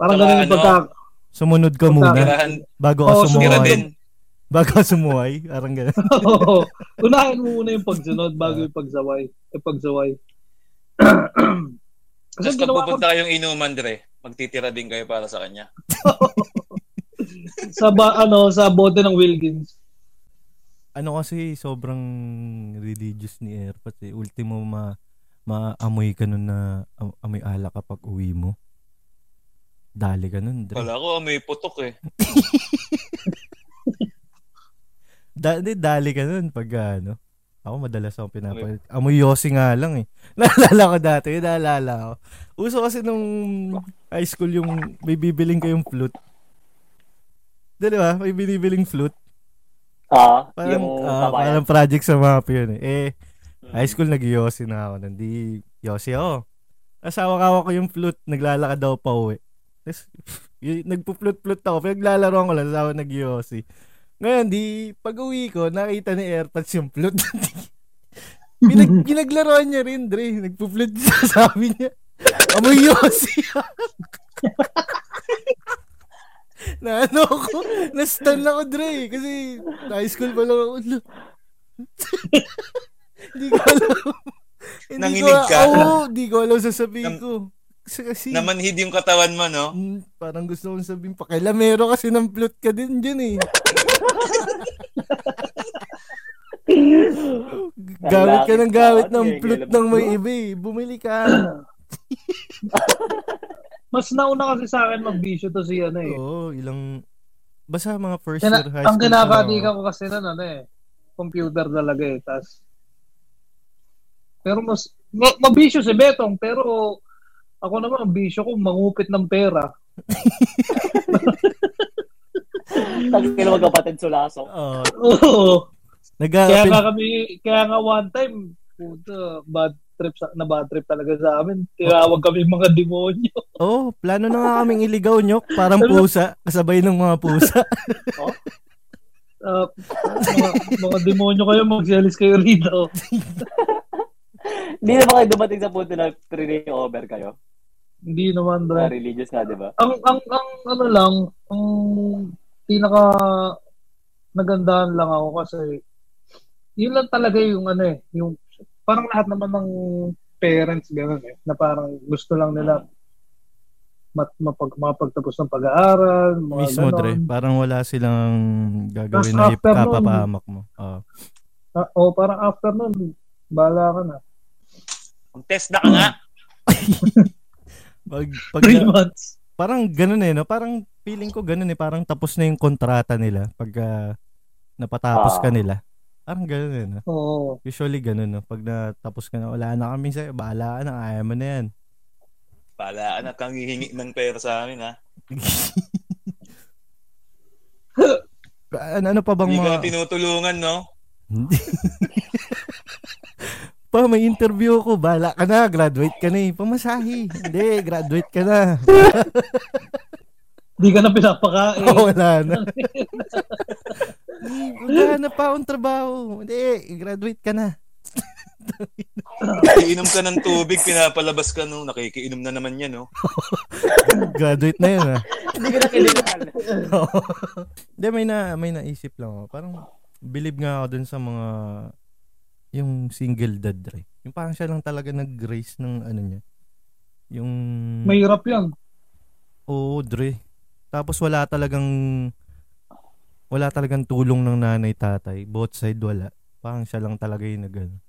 Parang
Saka
ganun yung
ano,
pagka... *laughs*
sumunod ka muna
Tirahan,
bago ka
Oo,
tira
sumunod.
sumuhay.
din.
*laughs* Bago ka sumuhay, parang ganun. *laughs*
Oo. Unahin mo muna yung pagsunod bago yung pagsaway. Yung pagsaway. *clears throat* Kasi
Tapos pag
ginawa ko
pupunta kayong inuman, Dre, magtitira din kayo para sa kanya.
sa ba, ano sa bote ng Wilkins.
ano kasi sobrang religious ni Airpods eh. Ultimo ma maamoy ka nun na am- amoy ala kapag uwi mo. Dali ka nun. Dre.
Wala ko, may putok eh.
Da, di, dali ka nun pag ah, ano. Ako madalas akong pinapalit. Amoy yosi nga lang eh. *laughs* Naalala ko dati, yun naalala ko. Uso kasi nung high school yung may bibiling kayong flute. Di di ba? May binibiling flute.
Ah,
Parang,
yung
ah,
kabayan.
parang project sa map yun eh. Eh,
Mm.
High school, nag-yossi na ako. nun. Di yossi ako. Asawa-kawa ko yung flute, naglalakad daw pa uwi. *laughs* Tapos, y- nagpo-flute-flute ako, pinaglalaro ko lang, asawa nag-yossi. Ngayon, di, pag uwi ko, nakita ni Airpods yung flute. *laughs* Pinag, pinaglaruan niya rin, Dre. Nagpo-flute siya, *laughs* sabi niya. Amoy yossi *laughs* na ano ko, na-stun ako, Dre. Kasi, high school pa lang ako. Ulo. *laughs* Hindi ko alam. Hindi ko-
Nanginig ka?
Oo, hindi ko alam sasabihin
Nam-
ko. Kasi, kasi
Namanhid yung katawan mo, no?
mm, parang gusto kong sabihin, pakilamero kasi ng plot ka din dyan eh. gawit ka ng gawit ng plot ng may iba eh. Bumili ka.
Mas nauna kasi sa akin magbisyo to si ano eh.
Oo, ilang... Basta mga first
Kina-
year Oh, high
ang
school.
kinakati ko kasi nun ano eh. Computer talaga eh. Tas, pero mas, ma- mabisyo si Betong pero ako naman ang bisyo ko mangupit ng pera. *laughs*
Tangin na magkapatid sulaso.
Oo.
Oo.
nag
Kaya nga kami, kaya nga one time, puto, bad trip sa, na bad trip talaga sa amin. Tinawag kami mga demonyo. *laughs*
Oh, plano na nga kaming iligaw nyo. Parang pusa. Kasabay ng mga
*laughs*
pusa.
Ah, mga, mga demonyo kayo, magsialis kayo rito.
Hindi na ba kayo dumating sa punto na trini over kayo?
Hindi naman,
Na
Dre.
religious na, di ba?
Ang, ang, ang, ano lang, ang pinaka nagandahan lang ako kasi yun lang talaga yung ano eh, yung parang lahat naman ng parents ganun eh, na parang gusto lang nila mat, mapag, mapagtapos ng pag-aaral, mga
Mismo,
ganun.
Dre. Parang wala silang gagawin
Tapos
na hip
after nun-
kapapahamak mo. Oo.
Ah, oh, parang after nun, bala ka na.
Mag-test na ka nga.
Pag,
*laughs*
pag,
Three months.
parang ganun eh, no? Parang feeling ko ganun eh. Parang tapos na yung kontrata nila pagka napatapos ka
Ah.
nila. Parang ganun eh, no?
Oo.
Usually ganun, no? Pag natapos ka na, wala na kami sa'yo. Bahala ka na, ayaw mo na yan.
Palaan at kang hihingi ng pera sa amin, ha?
ano, ano pa bang
Hindi
mga...
ka tinutulungan, no?
pa, may interview ko. Bala ka na. Graduate ka na eh. Pamasahi. Hindi, graduate ka na. *laughs*
Di ka na pinapakain.
*laughs* Oh, wala na. Hindi, wala na pa akong trabaho. Hindi, graduate ka na.
Iinom ka ng tubig, pinapalabas ka, no? Nakikiinom na naman yan, no?
Graduate na yun, ah.
Hindi ka na kailangan.
Oo. Hindi, may, na, may naisip lang ako. Parang, believe nga ako dun sa mga Yung single dad, Dre. Yung parang siya lang talaga nag-raise ng ano niya. Yung...
Mahirap yan.
Oo, Dre. Tapos wala talagang wala talagang tulong ng nanay tatay. Both side wala. Parang siya lang talaga yung nagano.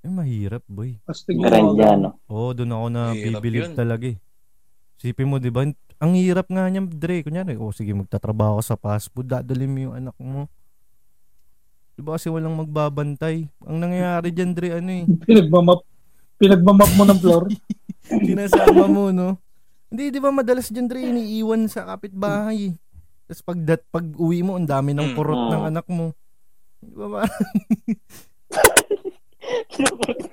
Eh, mahirap, boy.
Astig na
Grandya, no?
Oo, doon ako na
Mahirap
bibilib
yun.
talaga eh. Sipin mo, di ba? Ang hirap nga niya, Dre. Kunyari, oh, sige, magtatrabaho ka sa fast food. Dadalhin mo yung anak mo. Di ba kasi walang magbabantay. Ang nangyayari dyan, Dre, ano
*laughs*
eh.
Pinagmamap. Pinagmamap mo ng floor.
Sinasama mo, no? Hindi, di ba madalas dyan, Dre, iniiwan sa kapitbahay. eh. Tapos pag, dat, pag uwi mo, ang dami ng
Mm,
kurot
oo.
ng anak mo. Di ba ba? *laughs*
*laughs*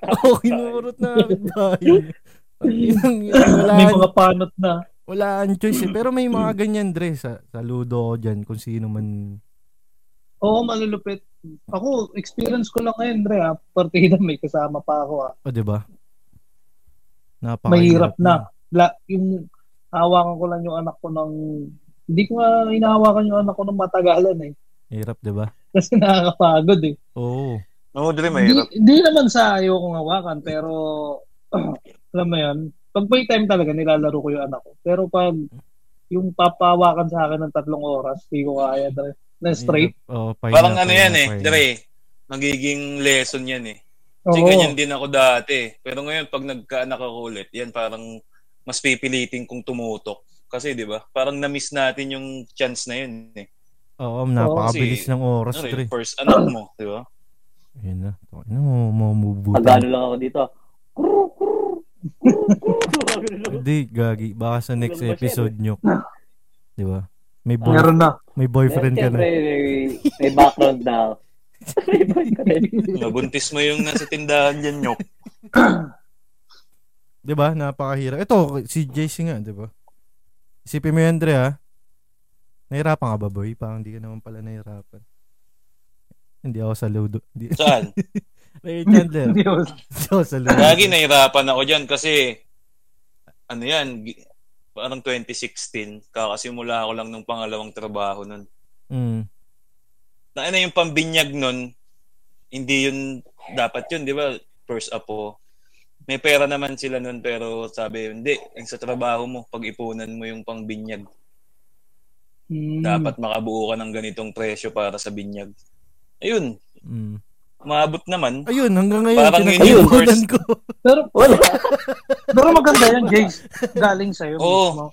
Oo, kinurot oh, na kapitbahay. Ang inang yun, wala,
May mga panot na.
wala ang choice eh. Pero may
*clears throat*
mga ganyan, Dre. Sa, saludo ko dyan kung sino man.
Oo, malulupit. Ako, experience ko lang ngayon, Dre. ah. Partida, may kasama pa ako. Ah.
O, oh, di ba?
Mahirap na. La, yung hawakan ko lang yung anak ko ng... Hindi ko nga hinahawakan yung anak ko ng matagalan eh.
Hirap, di ba?
Kasi nakakapagod eh.
Oo.
Oo, Dre,
Di,
mahirap.
di naman sa ayokong hawakan, pero *clears throat* alam mo yun, pag may time talaga, nilalaro ko yung anak ko. Pero pag yung papawakan sa akin ng tatlong oras, di ko kaya Dre. na straight.
Hirap. Oo, pahinga,
Parang ano
pahinga,
yan eh,
pahinga.
Dre. Magiging lesson yan eh.
Oo.
Kasi ganyan din ako dati. Pero ngayon, pag nagkaanak ako ulit, yan parang mas pipilitin kung tumutok. Kasi di ba, parang na-miss natin yung chance na yun eh.
Oo, napakabilis
Kasi-
ng oras,
Ano
Dre.
yun, first anak mo, di ba?
Ayun na. Ano mo, mamubutan.
Nagano lang ako dito. Kuru, kuru, kuru,
*laughs*
kuru.
Hindi, gagi. Baka sa next
Walang masyado.
episode nyo. Di ba? May, boy,
Ah. Meron na.
may boyfriend ka
Siyempre,
na.
may- may background na ako. May background.
Nabuntis mo yung nasa tindahan dyan, nyok.
Di ba? Napakahirap. Ito, si JC nga, di ba? Isipin mo yan, Dre, ha? Nahirapan ka ba, boy? Parang hindi ka naman pala nahirapan. Hindi ako sa ludo.
*laughs*
Hindi.
Saan?
Ray Chandler.
Hindi ako
Hindi ako sa ludo.
Lagi nahirapan ako dyan kasi ano yan, gi- parang 2016, kakasimula ako lang ng pangalawang trabaho nun.
Mm.
na ano yung pambinyag nun, hindi yun dapat yun, di ba? First apo. May pera naman sila nun pero sabi, hindi, yung sa trabaho mo, pag-ipunan mo yung pangbinyag.
Hmm.
Dapat makabuo ka ng ganitong presyo para sa binyag. Ayun,
Mm.
maabot naman.
Ayun, hanggang ngayon,
Parang yun
yung
pinagkakabutan ko.
Pero,
Wala.
*laughs* pero maganda yan, James. Galing sa'yo.
Oo.
mismo.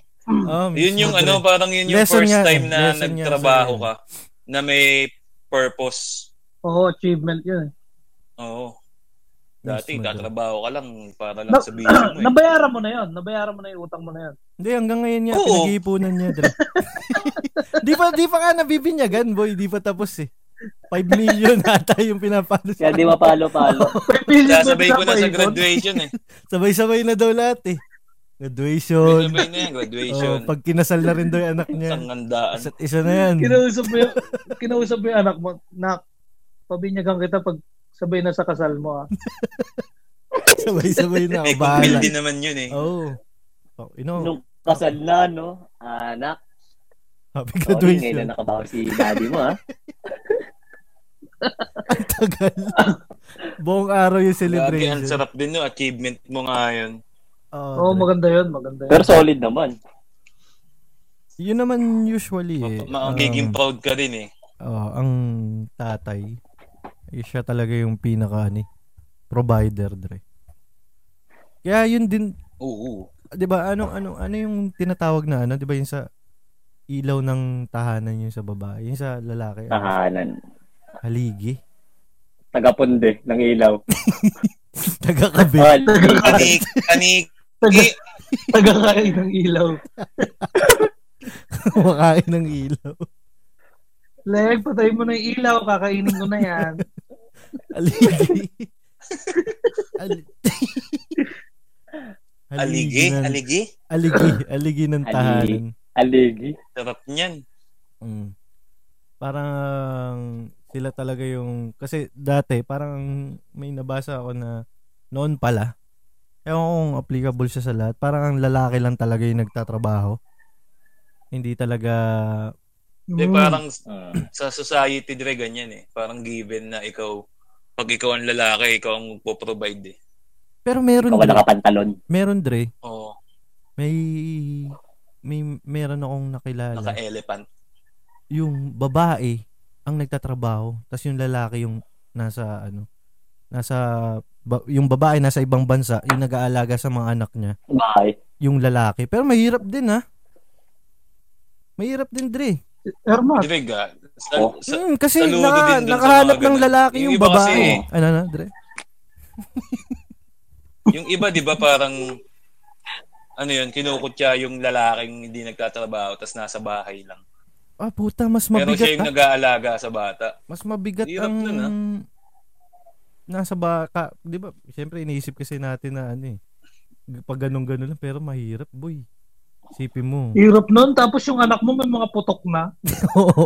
Ah,
*laughs* Yun
mismo,
yung
Dre.
ano, parang yun yung
Lesson
first
nga, eh.
time na
lesson nga
nagtrabaho
sa'yo.
ka na may purpose.
Oo, achievement yun. eh.
Oo. Dati,
Mismo, Dre.
tatrabaho ka lang para lang
Na,
sabihin
*clears throat*
mo eh.
nabayaran mo na yun. Nabayaran mo na yung utang mo na yun.
Hindi, hanggang ngayon niya,
Oo.
pinag-iipunan niya.
*laughs*
Dre. di pa, di pa ka nabibinyagan, boy. Di pa tapos eh. 5 million *laughs* ata yung pinapalo siya.
Kaya di mapalo-palo.
Sasabay ko na sa graduation eh.
Sabay-sabay na daw lahat eh. Graduation.
Sabay na yan,
Oh,
graduation.
pag kinasal na rin daw yung anak niya.
Sangandaan.
*laughs* Isa't isa na yan.
kinausap mo yung, kinausap mo yung anak mo, nak, pabinyagan kita pag sabay na sa kasal mo, ah.
Sabay-sabay na.
May
Oh, bahala.
kumpil din Eh, naman yun eh.
Oh. Oh, you know,
Nung kasal na, no? Anak,
happy
sorry, ngayon
graduation.
na nakabawi si daddy mo, ah. ha?
Ang *laughs* tagal. Buong araw yung
Grabe, ang
celebration.
sarap din no. Achievement mo nga yun.
Oo,
Oh,
oh,
Dre.
maganda yun, maganda yun.
Pero solid naman.
Yun naman usually eh.
Ma-
Um,
Magiging proud ka rin eh.
Oo, ang tatay, eh, siya talaga yung pinaka ni provider dre. Kaya yun din, *laughs*
Oo.
'di ba? Ano ano ano yung tinatawag na ano, 'di ba yung sa ilaw ng tahanan yung sa babae, yung sa lalaki, ano,
Tahanan.
*laughs* haligi.
Tagapunde ng ilaw.
Tagakabi.
Ah, hindi.
Kanik, kanik.
Taga- Tagakain ng ilaw.
Kumakain ng ilaw.
Leg, patay mo na yung ilaw, kakainin ko na yan.
Haligi. Al-
Aligi,
ng-
aligi.
aligi, aligi ng
Haligi.
tahanan.
Aligi.
Sarap niyan.
Mm. Parang sila talaga yung kasi dati parang may nabasa ako na noon pala ewan ko kung applicable siya sa lahat parang ang lalaki lang talaga yung nagtatrabaho hindi talaga
Eh,
Mm.
parang
Ah.
sa society dire ganyan eh. Parang given na ikaw Pag ikaw ang lalaki, ikaw ang magpo-provide eh.
Pero meron
Ako
dre,
nakapantalon.
meron dre,
Oo,
may may meron akong nakilala.
naka-elephant.
yung babae ang nagtatrabaho, tapos yung lalaki yung nasa ano, nasa ba- yung babae nasa ibang bansa, yung nag-aalaga sa mga anak niya,
Bye.
yung lalaki. Pero mahirap din ha. Mahirap din dre.
Ermat,
Direk ah. Sa,
Oh.
sa,
Hmm, kasi
saludo din
naka,
dun sa
nakahanap ng
mga ganun.
lalaki
Yung
yung,
iba kasi
babae.
eh.
Ano na, dre?
yung iba, di ba, parang, ano yun, kinukutya yung lalaking hindi nagtatrabaho, tas nasa bahay lang.
Ah, puta, mas
Pero siya
mabigat
yung
ha?
nag-aalaga sa bata.
Mas mabigat
Hirap
ang...
nun, ha?
Nasa baka, di ba? Siyempre, iniisip kasi natin na ano eh. Pag ganun-ganun lang, pero mahirap, boy. Sipin mo.
hirap nun. Tapos yung anak mo may mga putok na.
Oo.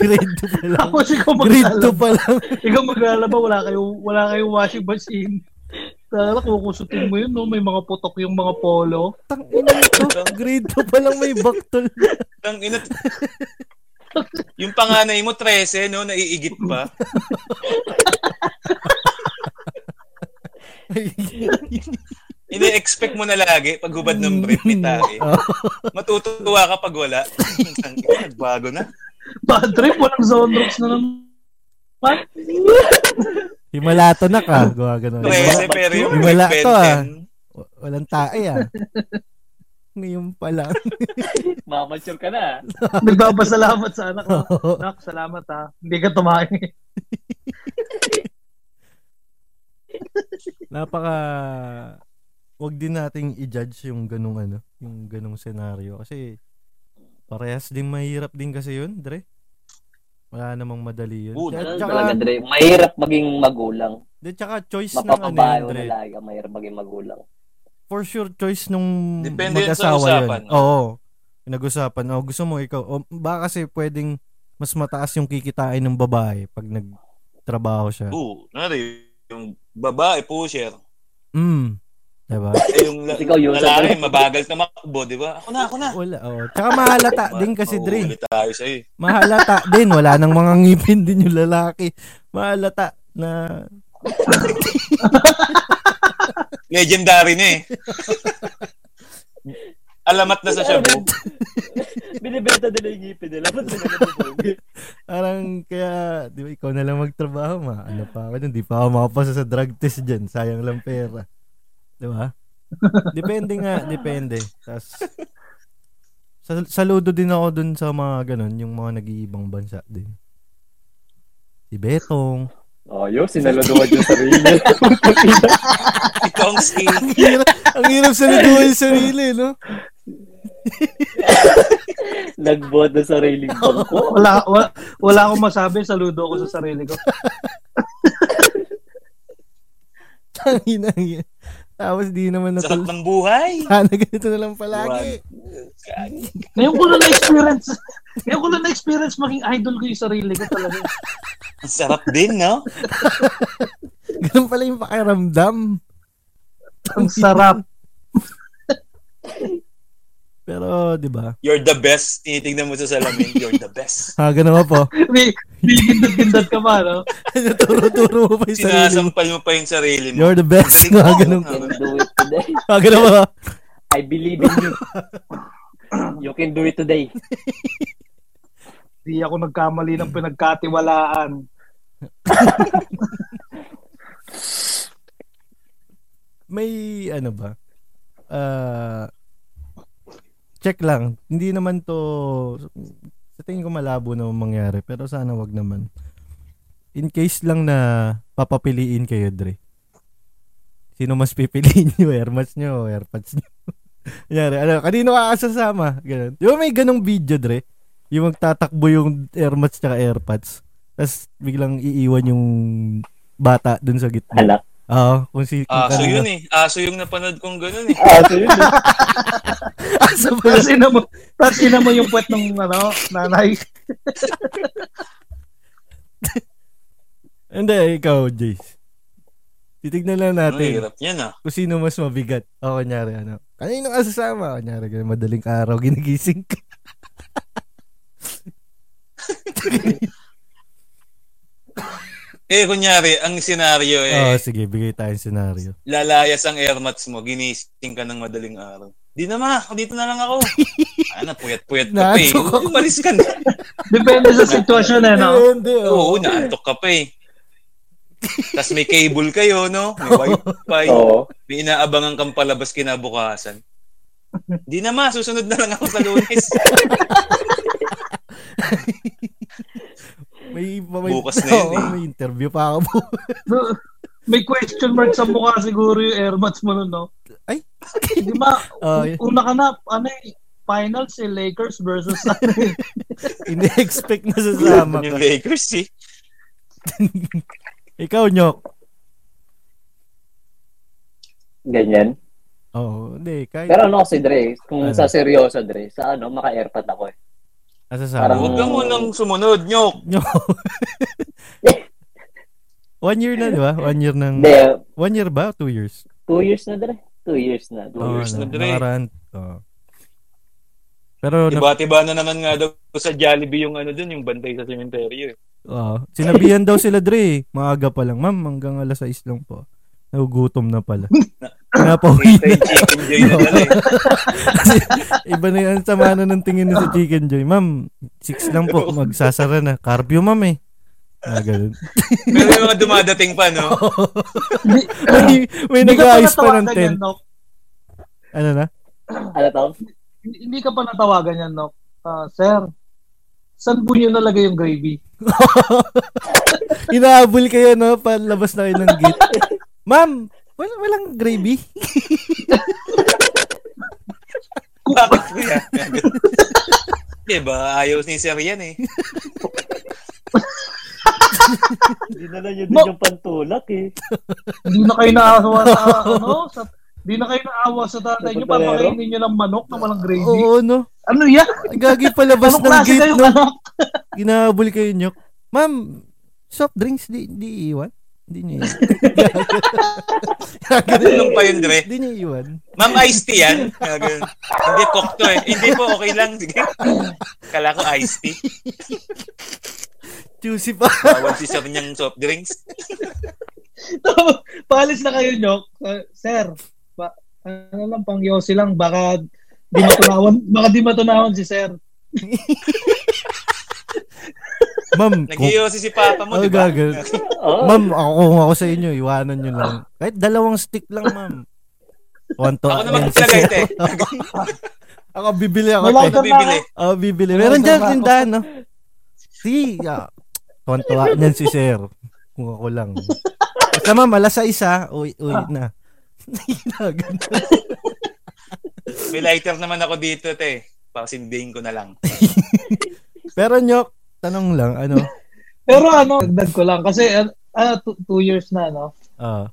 Grade 2 pa lang.
Tapos ikaw
Grade 2
maglalaba.
pa lang.
ikaw maglalaba, wala kayo, wala kayo washing machine. Tara, kukusutin mo yun, no? May mga putok yung mga polo.
Tang ina to. Grade 2 pa lang may baktol.
Tang ina. yung panganay mo, 13, no? Naiigit pa. Ine-expect mo na lagi pag hubad ng brief ni
*laughs*
Tari.
Oh.
Matutuwa ka pag wala. Tang ina, Nagbago na.
Bad trip, walang zone rocks na naman.
Himalato na ka. Gawa ganun.
13, pero yung
Wala
grade
to, ah.
10.
Wa- Walang tae ah. Ngayon pa lang.
Mamature ka na. ah.
Nagpapasalamat sa anak mo. Anak, salamat ha. Hindi ka tumain.
Napaka wag din nating i-judge yung ganung ano, yung ganung senaryo kasi parehas din mahirap din kasi yun, Dre. Wala namang madali yun.
Oo,
Tsaka-
Ganun
tsaka-
talaga, Dre. Mahirap maging magulang.
Di, tsaka choice ng ano yun,
Mapapabayo
Dre.
na lagi ang mahirap maging magulang.
for sure choice nung
Depende yun sa
mag-asawa yun.
usapan.
Oo. Pinag-usapan. Oh, gusto mo ikaw. O, baka kasi pwedeng mas mataas yung kikitain ng babae pag nagtrabaho siya.
Oo, nari, yung babae, pusher.
Mm. Diba?
Eh, yung la-
Kasi ikaw ano yun,
lalaki,
sabi-
mabagal tumakbo, di ba? Ako na, ako na.
Wala. Oh. Tsaka mahalata
Ma-
din kasi, Dre.
mahuhuli tayo sa'yo. eh.
Mahalata din. Wala nang mga ngipin din yung lalaki. Mahalata na *laughs*
Legendary na eh. Alamat na
*laughs*
sa shabu.
Binibenta nila yung ngipin nila. Ba't nila nabubog?
parang kaya, di ba, ikaw na lang magtrabaho, ma. Ano pa ako nun? Di pa ako makapasa sa drug test dyan. Sayang lang pera. Di
*laughs*
ba? depende nga, depende. Tas, sal- saludo din ako dun sa mga ganun, yung mga nag-iibang bansa din. Si Betong.
*laughs* Oh, yun, sinaluduan yung sarili nila.
Ikaw ang ski.
ang hirap, ang hirap saluduhin yung sarili, no?
*laughs* Nagbuhat ng sariling bangko.
wala, wala, wala akong masabi. Saludo ako sa sarili ko.
Tangin ang hirap. Tapos di naman
Sarap
natul...
ng buhay.
Sana ganito na lang palagi.
Ngayon ko na na-experience. Ngayon ko na na-experience maging idol ko yung sarili ko talaga.
Ang Sarap din, no?
*laughs* Ganun pala yung pakiramdam.
Ang sarap.
Pero, di ba?
You're the best. Tinitignan mo sa salamin. You're the best.
Ha, ganun nga po. *laughs*
May gindad-gindad ka pa, no?
Turo-turo mo pa yung sarili mo.
Sinasampal mo pa yung sarili mo.
You're the best.
Tingnan
Mga ganun.
You
mo.
can do it today.
Mga ganun ba?
I believe in you. You can do it today.
Di ako nagkamali ng pinagkatiwalaan.
May ano ba? Ah, check lang. Hindi naman to sa tingin ko malabo na mangyari pero sana wag naman. In case lang na papapiliin kayo, Dre. Sino mas pipiliin nyo? Airmats nyo o airpads nyo? *laughs* Kunyari, ano, kanino ka kasasama? Ganun. Di ba may ganong video, Dre? Yung magtatakbo yung airmats tsaka airpads. Tapos biglang iiwan yung bata dun sa gitna.
Anak.
Oo, kung si... kung
Aso
kanino.
yun eh. Aso yung napanood kong ganun eh.
Ah, so yun. eh.
Aso ba?
Tapos ina mo, tapos ina mo yung puwet ng ano, nanay.
Hindi, ikaw, Jace. Titignan lang
Ang
natin
hirap yan ah.
kung sino mas mabigat. O, kunyari, ano. Kanino ka sasama? Kunyari, ganun, madaling araw, *laughs* ginigising ka.
Eh, kunyari, ang senaryo
Oo,
eh,
Oh, sige, bigay tayong senaryo.
lalayas ang airmats mo, ginising ka ng madaling araw. Di na ma, dito na lang
*laughs*
ako. Ano, puyat-puyat ka pa eh.
Naantok ako.
Umalis ka na.
Depende sa sitwasyon eh, no?
Hindi, oh.
Oo, naantok ka pa eh. Tapos may cable kayo, no? May wifi.
Oo.
May inaabangan kang palabas kinabukasan. Di na ma, susunod na lang ako sa lunes.
May, may,
Bukas
*laughs*
na yun
Oo,
eh.
May interview pa ako *laughs* po.
May question mark sa mukha siguro yung airmats mo nun, no?
Ay.
Di ba,
Oh, yeah.
una ka na, ano eh, finals si
*laughs*
Lakers versus
Ine-expect na *laughs* sasama
Yung
ka.
Lakers eh.
Ikaw, Nyok.
Ganyan.
Oo, Oh, hindi. Kahit
Pero ano kasi, Dre, kung
Ano?
sa seryoso, Dre, sa ano, maka-airpot ako eh.
nasasama.
parang-
Huwag ka munang sumunod, nyok.
Nyok. One year na, di ba? One year ng...
Hindi,
One year ba? Two years?
two years na, Dre. Two years na. Two
Oo,
years.
years na, eh. Dre.
nakaraan. Oo. Pero na,
Iba-tiba na naman nga daw sa Jollibee yung ano dun, yung bantay sa sementeryo. eh.
oo. Ah, sinabihan daw sila Dre, eh. maaga pa lang, ma'am, hanggang alas 6 lang po. Nagugutom na pala. Napauwi
Tay
na.
chicken joy na dala
*laughs*
eh.
Iba na yan sama na ng tingin ni sa Chicken Joy. Ma'am, 6 lang po, magsasara na. Carpio, ma'am eh. Ah, ganun.
Pero yung mga dumadating pa, no?
may may
Hindi ka pa
nag-aayos pa ng
natawagan yan,
tent.
no?
Ano na?
Ano to?
Hindi hindi ka pa natawagan yan, no? Ah, sir, saan po niyo nalagay yung gravy?
Inaabol kayo, no? Palabas na kayo ng gate. Ma'am, wal- walang gravy.
Bakit kaya? *laughs* Diba, ayaw ni Sir yan eh.
Dinala nyo
din
yung pantulak eh.
Hindi na kayo naawa sa, ano, sa, hindi na kayo naawa sa tatay niyo,
Sa
papakainin niyo ng manok na walang gravy.
Oo, no?
Ano yan?
Gagi palabas
Anong
ng
klase
gate,
kayo,
no?
anak?
Inaabol kayo, nyok. Ma'am, soft drinks, di, di iwan? Di niya iwan.
*laughs* Ganun pa yun, Dre.
Di niya iwan.
Ma'am, iced tea yan. Kaya ganun. Hindi, coke to eh. Hindi po, okay lang. Sige. Kala ko iced tea.
Juicy pa.
Bawal si Sir niyang soft drinks.
Tapos, Paalis na kayo, Nyok. Uh, sir, ba, ano lang, pang yosi lang, baka di matunawan, *laughs* baka di matunawan si sir.
Ma'am,
nag
kung...
si Papa mo,
Oh,
di ba?
gagal.
Oo.
Ma'am, ako kung ako sa inyo, iwanan nyo lang. Kahit dalawang stick lang, ma'am. One to
Ako na
Ayan,
maglalagay, te.
*laughs* Ako bibili ako, te.
Wala
Ano bibili?
Oh, bibili. Meron
Meron
dyan
ba ako?
tindahan, no? Si, ah, tuwan-tuwa niyan si Sir. Kung ako lang. Basta ma'am, alas sa isa, uwi, uwi na. *laughs* Ginagano.
May lighter naman ako dito, te. Pasindihin ko na lang.
Pero Nyok, tanong lang, ano?
Pero ano, dagdag ko lang, kasi uh, ah, two, two years na, no?
Ah,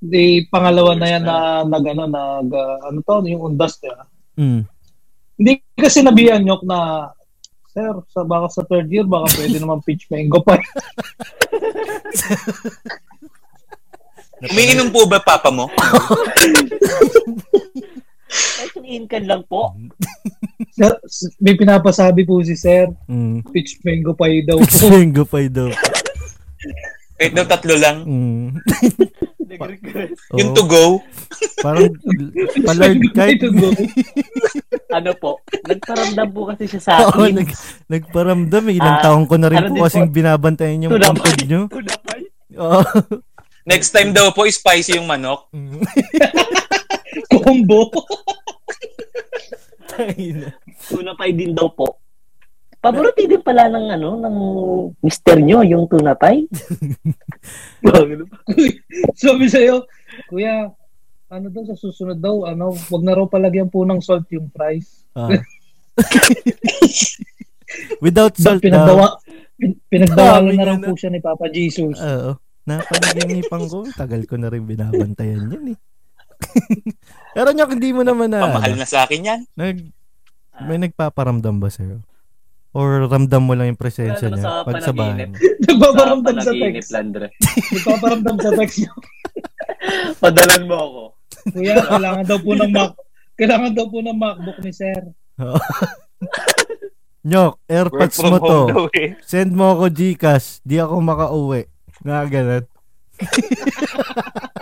Di pangalawa
Two
na
years
yan
na.
na, nag, ano, nag, ah, ano to, yung undas niya.
mm.
Hindi kasi nabihan, Nyok, na, sir, sa, baka sa third year, baka pwede naman pitch mango pa.
Umiinom po ba Papa mo?
Actually, in can lang po.
*laughs* sir, s- may pinapasabi po si sir,
Mm.
pitch mango pa daw. *laughs*
Singo pa daw.
Kahit daw tatlo lang.
Mm.
Nag-request.
Oo,
Yung to go.
Parang palard kahit
Ito, go.
ano po? Nagparamdam po kasi siya sa
*laughs* Oo,
akin.
nag, nagparamdam. eh. Ilang
Ah,
taong ko na rin
ano din
po kasing binabantayan yung
Tulapay.
puntod nyo.
Tunapay.
Oo. *laughs*
Next time daw po, spicy yung manok.
Mm.
Combo.
Tangina.
Tunapay din daw po. Paborito din pala ng ano, ng mister nyo, yung tunapay. *laughs*
Sabi sa'yo, Kuya, ano daw sa susunod daw, ano, wag na raw palagyan po ng salt yung fries.
Ah. *laughs* Without
So,
salt ah, daw.
pinagdawa, pin-
Sabi
pinagdawalan na raw
niya
po siya ni Papa Jesus.
Oo. Napanaginipan ko. Tagal ko na rin binabantayan yan eh. *laughs* Pero Nyok, hindi mo naman ah, na...
Pamahal na sa akin yan.
Nag,
Ah.
may nagpaparamdam ba sa'yo? Or ramdam mo lang yung presensya
Lalo na
niya
sa
pag sa bahay
panaginip.
mo?
*laughs* Nagpaparamdam sa text.
Landre.
Nagpaparamdam sa *laughs* text niya.
Padalan mo ako.
Kuya, kailangan daw po ng Mac. Kailangan daw po ng MacBook ni Sir.
Oo. Nyok,
Work
airpods
from
mo to.
home daw eh.
Send mo ako Gcash. Di ako makauwi. Nakaganan.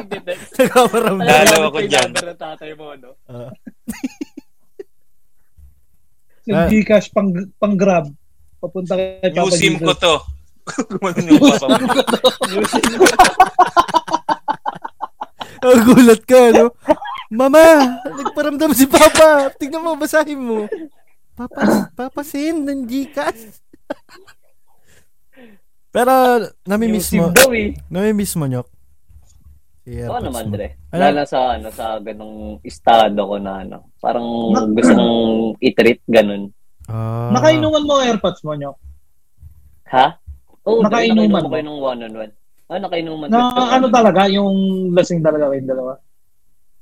Hindi, Dex.
*laughs* Nagpaparamdam.
Lalo ako dyan.
Kailangan ng tatay mo, no?
Ah.
Yung
Ah.
Gcash pang, pang grab. Papunta kay
New
Papa
SIM ko
Jesus.
to. *laughs* Gumanon yung papa mo.
Nagulat ka, no? Mama, nagparamdam si Papa. Tingnan mo, basahin mo. Papa, Papa Sin, ng Gcash. *laughs* Pero, namimiss mo.
Yung sim daw, eh.
Namimiss mo, Nyok. Si
Oo
AirPods
naman,
mo.
Dre.
Ano?
Lalo sa, ano, sa ganong estado ko na, ano. Parang
Na-
gusto mong i-treat ganun.
Ah.
Nakainuman mo airpods mo nyo.
Ha? Oo, Dre, nakainuman
Nakainuman mo?
ko ng one-on-one. Ah, nakainuman.
Na
Dre.
ano talaga, yung lasing talaga kayong dalawa.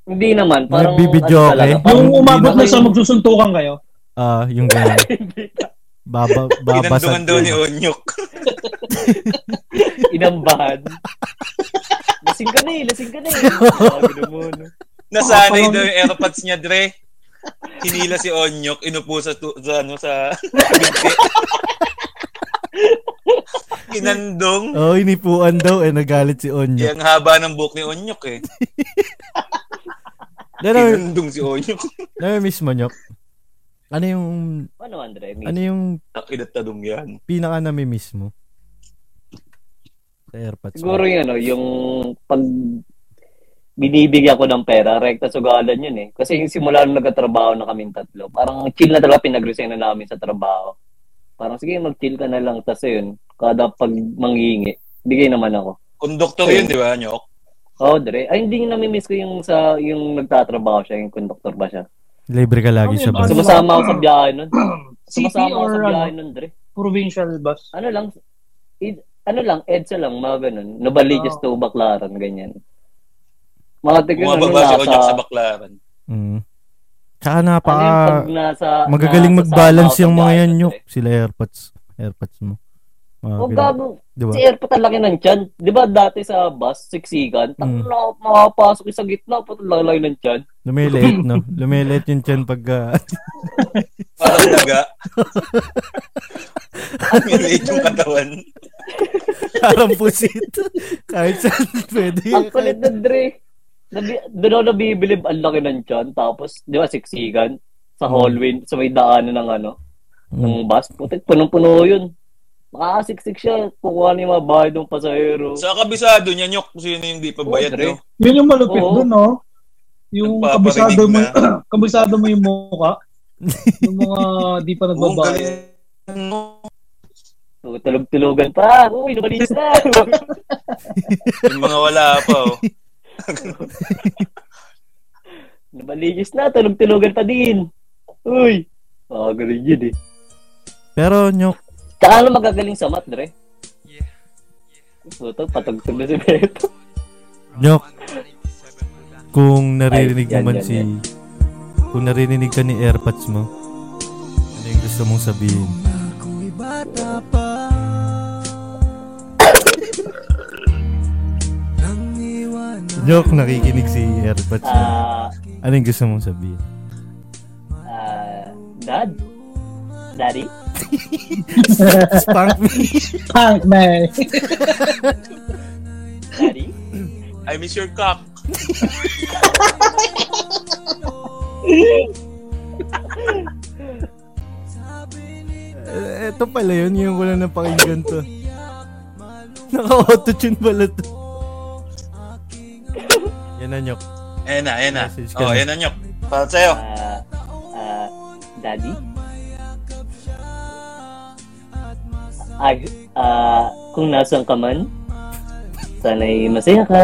Hindi naman. Parang,
Nagbibidyo
ano
ako,
talaga,
eh.
parang-
Yung umabot na
Hindi
sa magsusuntukan kayo.
Ah, yung ganyan. Baba, babasag.
Pinandungan daw ni Onyok.
inambahan. lasing ka na eh, lasing ka na eh. Sabi mo, no?
Nasanay daw yung airpods niya, Dre. Hinila si Onyok, inupo sa, tu- sa ano, sa... Kinandong.
Oh, inipuan daw eh, nagalit si
Eh,
Onyo.
ang haba ng buhok ni Onyok eh.
Pero,
Kinandong si Onyok.
namimiss mo, Nyok. Ano yung,
Ano, Andre?
ano yung
Nakilatadong yan.
pinaka namimiss mo? Sa AirPods mo.
Siguro yun, ano, yung pag binibigyan ko ng pera, rekta sugalan yun eh. Kasi yung simula nung nagkatrabaho na kaming tatlo, parang chill na talaga pinag-resign na namin sa trabaho. Parang sige, mag-chill ka na lang. Tapos yun, kada pag manghingi, bigay naman ako.
Konduktor yun, di ba, Nyok?
Oh, Dre. Ay, hindi yung namimiss ko yung sa yung nagtatrabaho siya, yung conductor ba siya.
Libre ka lagi
Ano
sa
yun,
bus.
ano?
Sumasama ako sa biyahe nun.
City
Sumasama ako sa
or
biyahe
ano,
nun, Dre.
provincial bus.
Ano lang, id- ano lang, EDSA lang, mga ganun. Nabalikas
Oh.
to baklaran, ganyan. Mga tignan, ano,
Bumababa si Onyok
nasa-
sa baklaran.
Mm. Tsaka
Ano
napaka,
yun, pag Ah, nasa,
magagaling
nasa
mag-balance
sama
yung
ako sa
mga yan,
biyahe,
Nyok.
Dre.
Sila AirPods. AirPods mo. Mga Diba?
Oh,
ganun.
gago.
Di ba?
Si Airpot ang laki ng tiyan. Di ba dati sa bus,
Mm.
siksikan, takot na ako makapasok sa gitna, puto lalay ng tiyan.
Lumilit, no? Lumilit yung chan pag... ah, *laughs*
Parang
*laughs*
daga. Maliit yung katawan.
Parang pusit. Kahit saan pwede.
Ang kulit na Dre. Nabi, doon ako nabibilib ang laki ng tiyan. Tapos, di ba, siksikan sa
Hmm.
hallway, sa may daanan ng ano,
Mm.
ng bus. Putik, punong-puno yun. Makakasiksik siya. Kukuha niya yung mga bahay ng pasahero.
Sa kabisado niya, Nyok, kung sino yung di pa
Oh,
bayad,
Dre.
no?
Yun yung malupit
Oo.
dun, no? Yung
Nagpaparinig
kabisado mo,
na.
*clears throat* kabisado mo yung muka. yung mga di pa
Oo, ang
nagbabayad.
galing. Ano?
So, tulog-tulogan pa. Uy, nabalis na.
Yung mga wala pa, oh.
*laughs* nabalis na. Tulog-tulogan pa din. Uy. Ah, galing yun eh.
Pero, Nyok,
Tsaka ano magagaling sa mat, Dre? Yeah. Puto, patagtog na si Beto.
Nyok, kung naririnig
Ay, yan,
mo man
yan,
si...
yan.
Kung naririnig ka ni AirPods mo, ano yung gusto mong sabihin? Joke, nakikinig si AirPods mo.
Ah,
Ano yung gusto mong sabihin?
ah, dad? Daddy?
Spank me! *laughs*
Tank, man.
Daddy?
I miss your cock.
Eh, Eto pala yun, yung ko lang napakinggan to. Naka-autotune pala
*laughs*
to. Yan na, Nyok.
Ayan na, ayan na.
Message ka
Oh,
na.
ayan na, Nyok. Para sa'yo.
Ah, ah, daddy? Ag, ah, kung nasan ka man, sana'y masaya ka.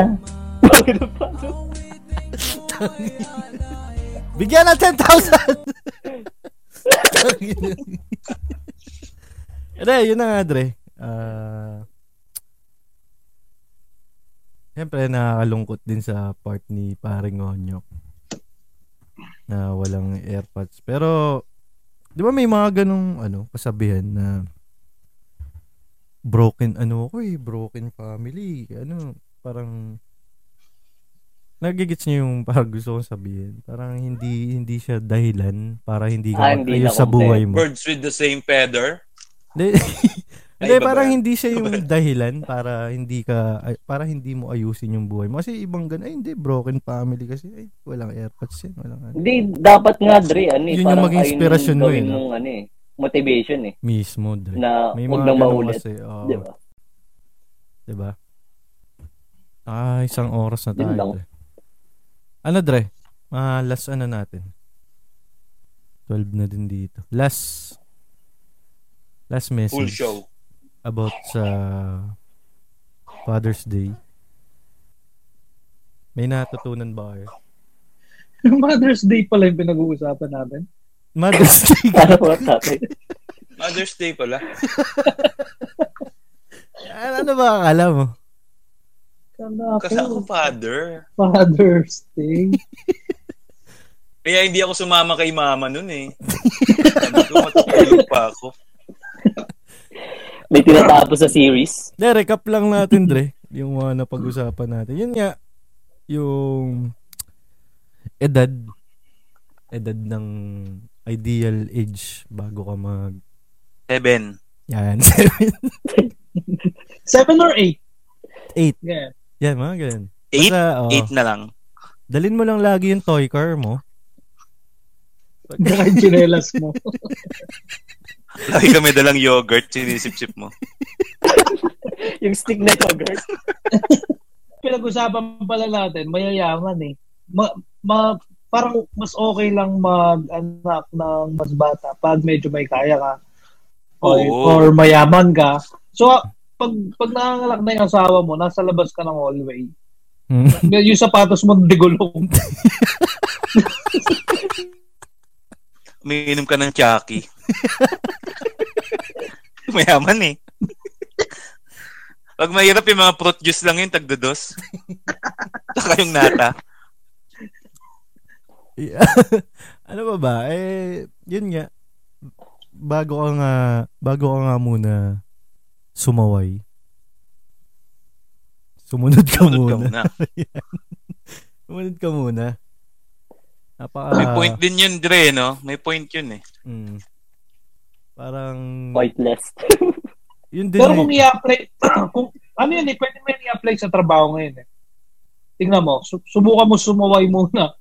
Bigyan na *laughs* 10,000! Ere, yun na nga, Dre. Ah. Siyempre, nakakalungkot din sa part ni paring Onyok na walang airpods. Pero, di ba may mga ganong ano, kasabihan na broken ano ko eh, broken family, ano, parang nagigits niyo yung parang gusto kong sabihin. Parang hindi hindi siya dahilan para hindi ka
Ah, hindi
mag-ayos
na
sa buhay mo.
Birds with the same feather.
Hindi. *laughs* Hindi,
iba ba
parang
yan?
hindi siya yung dahilan para hindi ka, ay, para hindi mo ayusin yung buhay mo. Kasi ibang gan, ay hindi, broken family kasi, ay, walang airpods yan, walang ano.
Hindi, dapat nga, Dre, ano eh.
Yun yung
parang
maging
ayun
inspirasyon mo, eh,
gawin
no?
mong, ano eh, motivation eh.
Mismo, Dre.
Na
May
huwag
mga
nang
ganun
maulit.
kasi, oo.
Di ba? *laughs*
Diba? Ah, isang oras na
Yun
tayo.
lang.
Dre. Ano, Dre? Ah, last ano natin? 12 na din dito. Last. Last message.
Full show.
About sa Father's Day. May natutunan ba kayo?
*laughs* Yung Mother's Day pala yung pinag-uusapan natin.
Mother's *laughs* Day.
Ano ba tatay?
Mother's Day pala.
ano ba akala mo?
Kala
Kasi ako
ko,
father.
Father's Day.
Kaya hindi ako sumama kay mama nun eh. Sabi ko, matutulog pa ako.
May tinatapos sa series.
De, recap lang natin, Dre. Yung mga napag-usapan natin. Yun nga, yung edad. Edad ng ideal age bago ka mag...
Seven.
Yan, *laughs* 7,
Seven or eight?
Eight.
Yeah.
Yan, mga ganun.
Eight?
Basta, oh. oo,
Eight na lang.
Dalin mo lang lagi yung toy car mo.
Baka yung chinelas mo.
Lagi kami dalang yogurt, sinisip-sip mo.
Yung stick na yogurt.
Mm.
Pinag-usapan pala natin, mayayaman eh. Ma, ma, parang mas okay lang mag-anak ng mas bata pag medyo may kaya ka. Or,
Oo.
or mayaman ka. So, pag, pag nangangalak na yung asawa mo, nasa labas ka ng hallway.
Hmm.
Yung sapatos mo,
*laughs*
digulong.
Umiinom ka ng Chucky.
*laughs*
Mayaman eh. Pag mahirap yung mga fruit juice lang yun, tagdodos. Saka yung nata.
Yeah. *laughs* ano ba ba? Eh, yun nga. Bago ka nga, bago ka nga muna sumaway. Sumunod ka
Sunod ka
muna.
muna.
Sumunod ka muna. Napaka...
May point din yun, Dre, no? May point yun eh.
Mm. parang...
Pointless.
Yun din
Pero
eh.
kung i-apply, *clears throat* kung, ano yun eh, pwede mo yun i-apply sa trabaho ngayon eh. Tingnan mo, su- subukan mo
*laughs*
sumaway muna.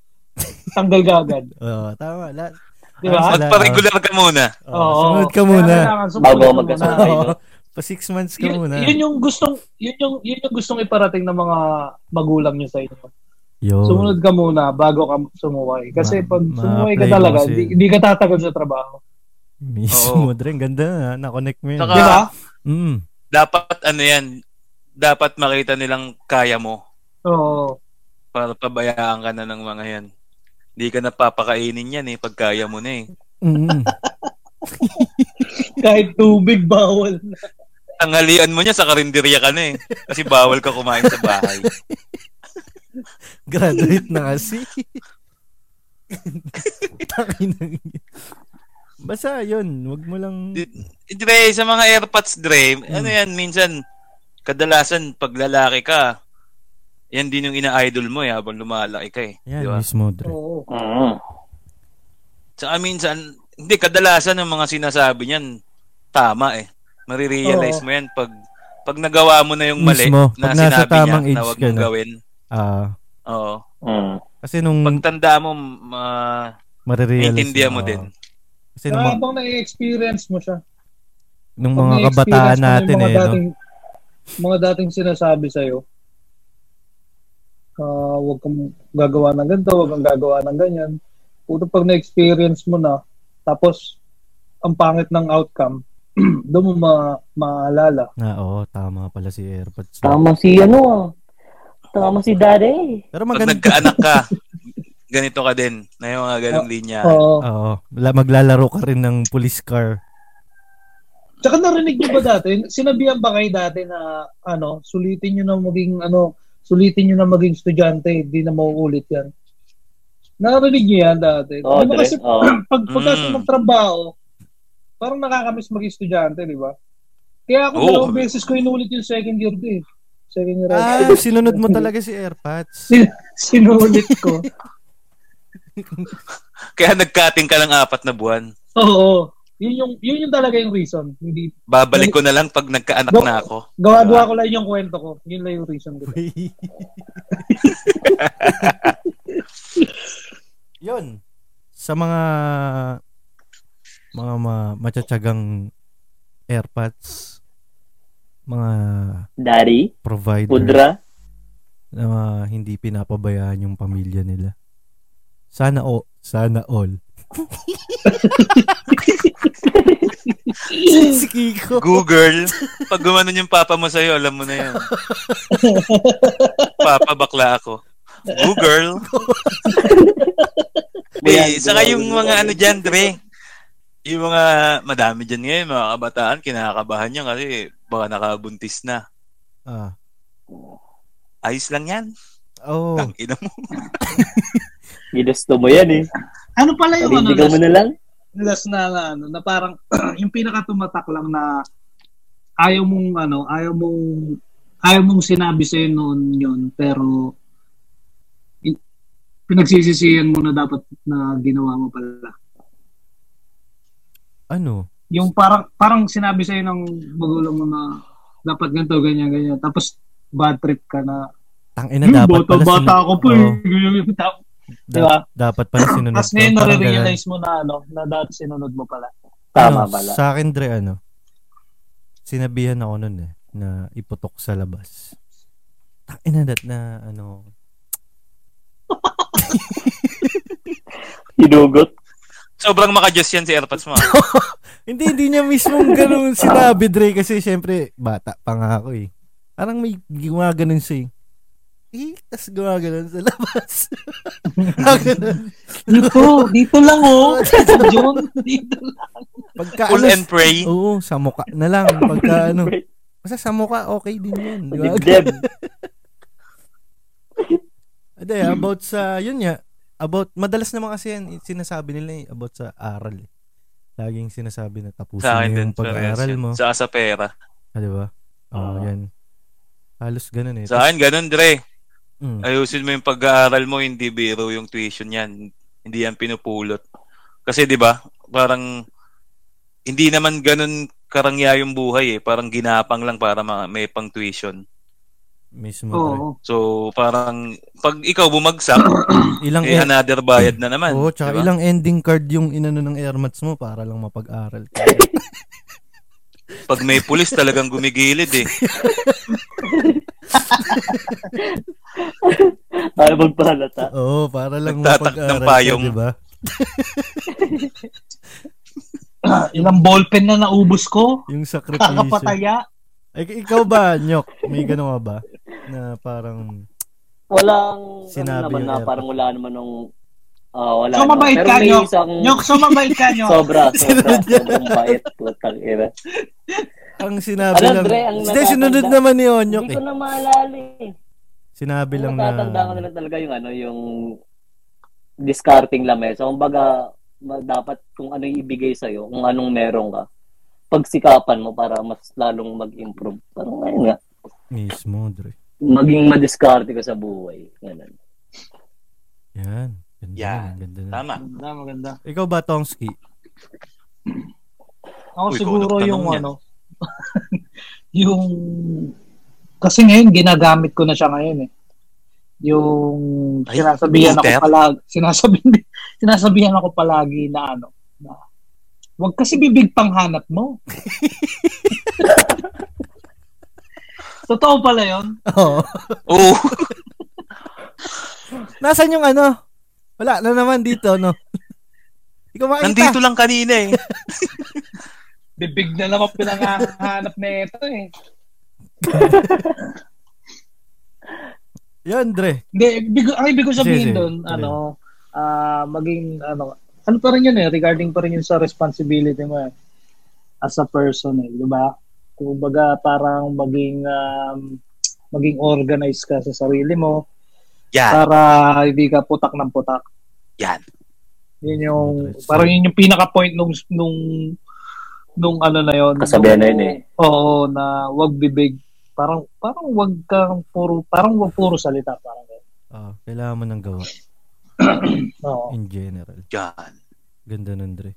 Tanggal ka agad.
Oo, tama. La...
Di ba?
Ah, Wala,
Magpa-regular ka muna.
Oo, sumunod ka
Kaya
muna.
kailangan sumunod
Bago
ka
ako
muna.
magkasama.
*laughs* Oo.
no?
pa six months ka
Yun,
muna.
yun yung gustong yun yung yun yung gustong iparating ng mga magulang niyo sa inyo.
Yun.
Sumunod ka muna bago ka sumuway.
Ma-
Kasi pag sumuway ka
ma-apply
talaga,
mo kasi.
hindi ka tatagal sa trabaho.
Mismo,
Oo.
Dre. Ang Ganda na. Nakonnect mo yun.
Saka-
Di ba?
Mm.
Dapat ano yan, dapat makita nilang kaya mo
Oo.
para pabayaan ka na ng mga yan. Hindi ka napapakainin yan eh, pag kaya mo na eh.
Mm.
Kahit tubig
*laughs*
bawal. na.
Tanghalian mo niya sa karinderya ka na eh. Kasi bawal ka kumain sa
*laughs*
bahay.
Graduate na kasi. Takinang yun. Basta yun, wag mo lang...
Eh, Dre, sa mga airpods, Dre, ano
Hmm.
yan, minsan, kadalasan, pag lalaki ka, yan din yung ina-idol mo eh, habang lumalaki ka eh.
Yan,
Di ba?
mismo, Dre.
Oo.
Mm.
Tsaka minsan, hindi, kadalasan ng mga sinasabi niyan, tama eh. Marirealize
Oo.
mo yan pag pag nagawa mo na yung mali
Mismo,
na
pag nasa
sinabi
tamang
niya
age
na
ka
huwag mong
na.
gawin.
Ah,
Oo.
Mm.
kasi nung
Pagtanda mo, ma-
marirealize...
maintindihan mo
ah,
din.
Kasi nung, mga-
Habang na-experience mo siya.
nung
Pag
mga
na-experience
kabataan
mo yung
natin eh,
mga
no?
dating- Mga dating sinasabi sa'yo, ah huwag kang gagawa ng ganito, huwag kang gagawa ng ganyan. Puto pag na-experience mo na, tapos ang pangit ng outcome, *clears throat* doon mo ma- maaalala.
Na, oo, tama pala si AirPods.
Tama si ano ah. Tama si daddy.
Pero
Pag
maganda.
nagkaanak ka, ganito ka din. Na yung mga ganong linya.
Ah,
Oo.
Oo, la- maglalaro ka rin ng police car.
Tsaka narinig niyo ba dati, sinabihan ba kayo dati na ano, sulitin niyo na maging ano, sulitin niyo na maging estudyante, hindi na mauulit 'yan. Narinig niyo yan dati.
Oo,
Di ba
Dre?
kasi
Oo.
*clears throat* pag pagkasa
Mm.
magtrabaho, parang nakakamiss maging estudyante, di ba? Kaya ako
Oo.
dalawang beses ko inulit yung second year ko eh. Second year.
Ah,
ako.
sinunod mo talaga si AirPods.
Sin- *laughs* sinulit ko.
Kaya nagkating ka ng apat na buwan.
Oo. Yun yung, yun yung talaga yung reason. Hindi,
Babalik ko na lang pag nagkaanak
Go.
na ako.
gawa-gawa ko lang yung kwento ko. Yun lang yung reason ko.
*laughs* Yun. Sa mga mga ma machatsagang airpads, mga
Daddy,
provider
Pudra,
na mga hindi pinapabayaan yung pamilya nila. Sana o sana all. si Kiko.
Google, pag gumanon yung papa mo sa'yo, alam mo na
*laughs*
yan. papa, bakla ako. Google. May,
Ayan,
saka yung
gumagano
mga
tayo.
ano dyan, Dre. Yung mga madami dyan ngayon, mga kabataan, kinakabahan niya kasi baka nakabuntis na.
Ah.
Ayos lang yan.
Oh.
Ang *laughs* ina mo.
ginusto mo yan eh.
Ano pala yung ano,
Parindigan mo
last,
na lang.
last na, na, ano, na parang *clears throat* yung pinaka-tumatak lang na ayaw mong ano, ayaw mong ayaw mong sinabi sa noon yun pero in- pinagsisisihan mo na dapat na ginawa mo pala.
Ano?
Yung parang parang sinabi sa ng magulang mo na dapat ganito ganyan ganyan tapos bad trip ka na.
Tangina
Yung
dapat
bata,
pala
bata
sinu-
ako po.
Oo,
eh. *laughs* Ganyan, ganyan. Tapos,
da-
Diba?
dapat pala
*clears throat*
sinunod.
Tapos
ko.
ngayon
Parang ganun.
nare-realize mo na ano, na dapat sinunod mo pala.
Tama
ano,
pala.
Sa akin, Dre, ano, sinabihan ako nun eh, na iputok sa labas. Takin na that na, ano,
Hinugot.
Sobrang makadyos yan si AirPods
*laughs*
mo. ah.
hindi, hindi niya mismong
*laughs*
ganun sinabi, Dre, kasi syempre, bata pa nga ako eh. Parang may gumaganon siya eh. Eh, tas gumaganon sa labas. Gumaganon.
*laughs* Dito, dito lang
*laughs*
oh. John, dito lang.
Pagka,
Pull
ano,
and pray.
Oo, sa mukha na lang. Pagka
*laughs*
ano, Diba? basta sa mukha, okay din yun. Di ba?
Dibdib.
Hindi, about sa, yun nga, about, madalas naman kasi yan, sinasabi nila eh, about sa aral. eh. Laging sinasabi na tapusin
Sa akin
mo
din.
yung pag-aaral
parehas yan.
mo.
Sa sa pera.
Ah, di ba? Oo,
Ah.
yan. Halos ganun eh.
Sa akin, ganun, Dre.
Mm.
Ayusin mo yung pag-aaral mo, hindi biro yung tuition yan. Hindi yan pinupulot. Kasi 'di ba, parang hindi naman ganun karangya yung buhay eh. Parang ginapang lang para ma- may pang tuition.
mismo. Dre.
Oo. *clears throat*
So, parang pag ikaw
*coughs*
bumagsak,
Ilang,
eh,
en-
another bayad na naman.
Oo, tsaka
Diba?
ilang ending card yung inano ng airmats mo para lang mapag-aral. ka.
Pag may pulis talagang gumigilid
*laughs*
eh.
Para magpahalata.
Oo, para lang
Nagtatak ng
mapag-aral.
payong.
Ka, di ba?
Ilang ballpen na naubos ko.
Yung sakripisyo.
Kakapataya.
Ay, ikaw ba, Nyok? May ganun ka ba? Na parang,
Walang,
Sinabi
ano naman
yung
na,
airpod.
parang wala naman nung, ah, wala
So,
naman.
mabait
Pero
ka,
may
Nyok.
isang,
Nyok, so mabait ka, Nyok.
*laughs*
sobra, sobra,
Sinunod niya.
sobrang bait. Putang ina.
ang sinabi
Ano,
lang.
Dre, ang
Hindi, sinunod
natatanda-
naman ni Onyok
Hindi
eh.
ko na maalala eh.
Sinabi lang na...
Natatanda ko na lang talaga yung ano, yung discarding lamesa. So, kumbaga, ma- dapat kung ano yung ibigay sa'yo, kung anong meron ka, pagsikapan mo para mas lalong mag-improve. Parang ayun nga,
Mismo, Dre.
maging madiskarte ka sa buhay. Ganun.
Yan. Ganda
Yan.
na, Ganda na.
Tama.
Maganda, Ah, maganda.
Ikaw ba, Tongski? *laughs*
Ako
Uy, ikaw
siguro
nagtanong
yung
yan.
ano, *laughs* yung, kasi ngayon, ginagamit ko na siya ngayon eh. Yung
Ay,
sinasabihan ako
Peter.
palagi, *laughs* sinasabihan, sinasabihan ako palagi na ano, na, wag kasi bibig pang hanap
*laughs*
mo. Totoo pala yun.
Oo.
Oo.
Nasaan yung ano? Wala na naman dito, no? *laughs* Ikaw makita.
nandito lang kanina eh.
Bibig na naman pinangahanap na ito eh.
Yun, Dre.
Hindi, bigo, ang ibig ko
Sige, sige.
sabihin doon,
Tuloy.
ano, ah maging, ano, ano pa rin yun eh, regarding pa rin yun sa responsibility mo eh, as a person eh, di ba? Kung baga, parang maging, um, maging organized ka sa sarili mo
Ah.
Yan.
para hindi ka putak ng putak.
Yan.
Yun yung, parang yun yung pinaka-point nung, nung, nung ano na yun.
Kasabihan na yun
nung-
eh.
Oo, na wag bibig. Parang, parang wag kang puro, parang wag puro salita. Parang, ganun.
Ah, kailangan mo ng gawa
oo.
in general.
Yan.
Ganda nun, Dre.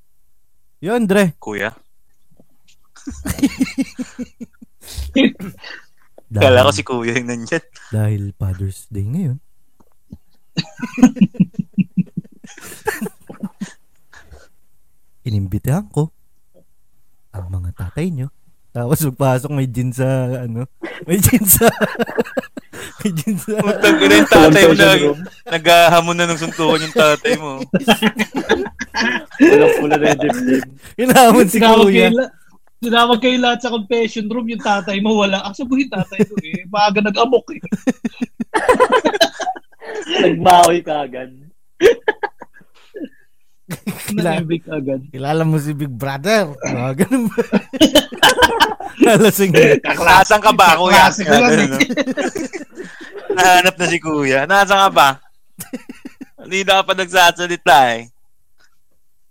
Yun, Dre.
kuya. Kala ko si kuya yung *laughs* nandyan.
Dahil Father's Day ngayon. Inimbitahan ko ang mga tatay nyo. Tapos pagpasok may gin sa ano, may gin sa *laughs* may gin sa
Puntang ina yung tatay mo na naghahamon na ng suntukan yung tatay mo.
Walang pula na yung dibdib.
Hinahamon si
Tinawag kayo
kuya.
la- Tinawag kayo lahat sa confession room, yung tatay mo wala. Asa po yung tatay mo eh? Maaga
*laughs*
nag-amok eh.
Nagbawi ka agad.
Kila-
Nag-evict agad.
Kilala mo si Big Brother. Mga ganun ba? *laughs* Nalasing na.
Nasaan ka ba, kuya?
Klase ko lang, eh.
Nahanap na si kuya. Nasaan ka ba? Hindi na ka pa nagsasalita eh.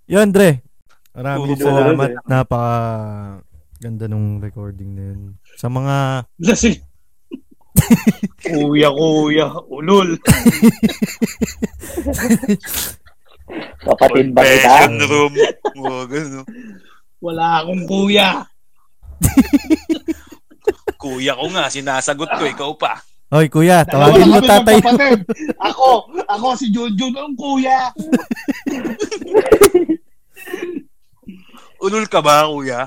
Yun, Dre. Maraming
Puro
salamat.
puro,
Napaka ganda nung recording na yun. Sa mga
Lasing. kuya, kuya, ulol.
Kapatid ba kita?
Confession room. Oo, ganun.
Wala akong kuya.
Kuya ko nga, sinasagot ko, ikaw pa.
Hoy, kuya,
Dalawa
tawagin
na
mo
kami
tatay.
magkapatid. Ako, ako si Junjun ang kuya.
Ulol ka ba, kuya?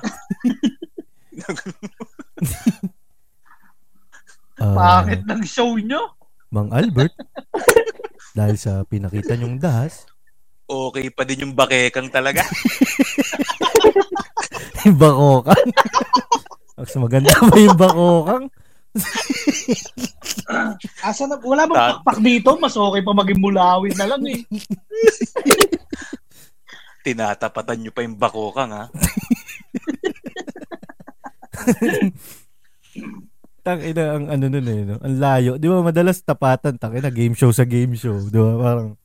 Ah,
Bakit ng show nyo?
Mang Albert. *laughs* dahil sa pinakita niyong dahas, *laughs*
Okay pa din yung bakekang talaga.
yung bakokang. *laughs* Mas maganda ba yung bakokang?
Asa na, wala bang pakpak dito? Mas okay pa maging mulawin na lang eh.
Tinatapatan nyo pa yung bakokang, ah. ha?
Tang ina ang ano nun eh, no? ang layo. Di ba madalas tapatan, tang ina game show sa game show, di ba? Parang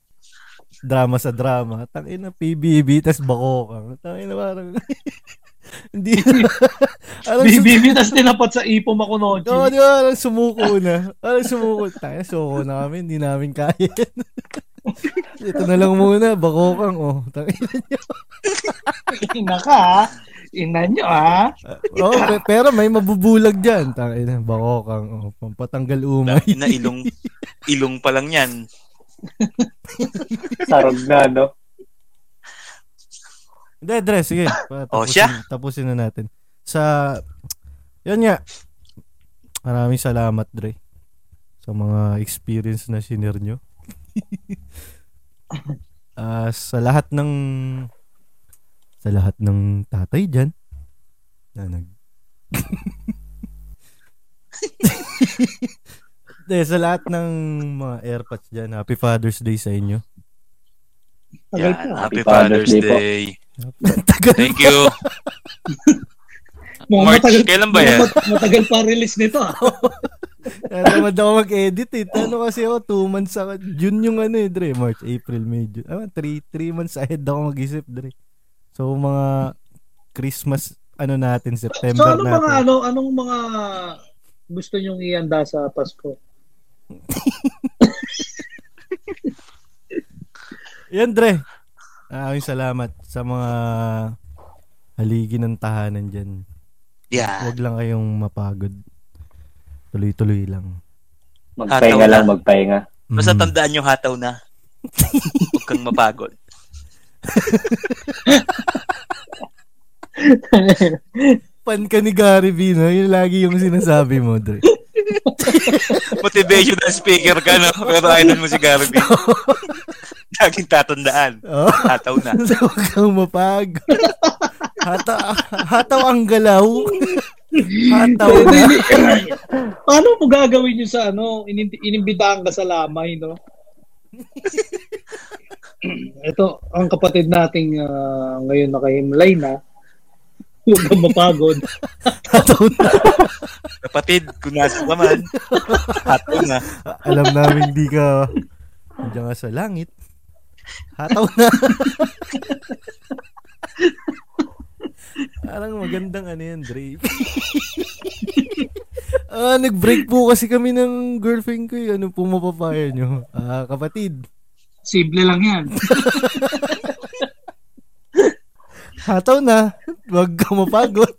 drama sa drama. Tang ina PBB tas bakokang. Tang ina parang *laughs* hindi *laughs* Alam
Bibibi, tas tinapat sa ipom ako noche.
Oo, di ba? Parang sumuko na. Parang sumuko. Tayo, soko na kami. Hindi namin kaya. *laughs* Ito na lang muna. Bakokang, oh. Tangina.
Ina ka, ha? Ina nyo, ah. ha?
Oo, Oh, pe- pero may mabubulag dyan. Tangina, bakokang, oh. Pampatanggal umay.
Na ilong, ilong pa lang yan.
Sarog na, no?
Hindi, Dre,
*laughs*
sige. Pa-
Oh,
tapusin-
siya.
Tapusin na natin. Sa, yun nga. Maraming salamat, Dre. Sa mga experience na sinir
*laughs*
nyo. Ah, sa lahat ng sa lahat ng tatay dyan na
*laughs*
nag De, sa lahat ng mga airpods dyan, Happy Father's Day sa
*laughs*
inyo.
Yan,
Tagal pa.
Happy Father's Day. Thank you.
Mga
March,
matagal-
kailan ba yan?
Mat- Matagal pa
*laughs*
release nito, ah.
Tamad ako mag-edit eh. Ano kasi ako, two months ako. June yung ano eh, Dre. March, April, May, June. Ah, three, three months ahead ako mag-isip, Dre. So, mga Christmas, ano natin,
So,
September
ano mga,
natin.
ano, anong mga gusto nyong ianda sa
*laughs*
Pasko?
Yan, Dre. Maraming salamat sa mga haligi ng tahanan dyan.
Yeah.
Huwag lang kayong mapagod. Tuloy-tuloy lang.
Magpahinga
Hataw na.
lang, magpahinga.
Basta
Mm.
tandaan nyo, hataw na. Huwag kang mapagod.
Pan Mm. ka ni Gary V, no? Yun lagi yung sinasabi mo, Dre.
Motivational speaker ka, no? Pero idol mo si Garvey. Laging tatandaan.
Oh. *laughs*
Hataw na.
Huwag kang mapag. Hata, hataw ang galaw. Hataw na.
Ano Paano mo gagawin yun sa ano, inim- inimbitahan ka sa lamay,
*laughs*
no? Ito, ang kapatid nating ah, ngayon nakahimlay na, huwag kang
*laughs*
mapagod.
Hataw na.
Kapatid, kung nasa ka man, hataw na.
Alam namin di ka hindi ka sa langit. Hataw na. Parang magandang ano yan, Dre. ah, nag-break po kasi kami ng girlfriend ko. eh. Ano po mapapaya nyo? Ah, kapatid.
Simple lang yan.
Hataw na. Huwag ka mapagod.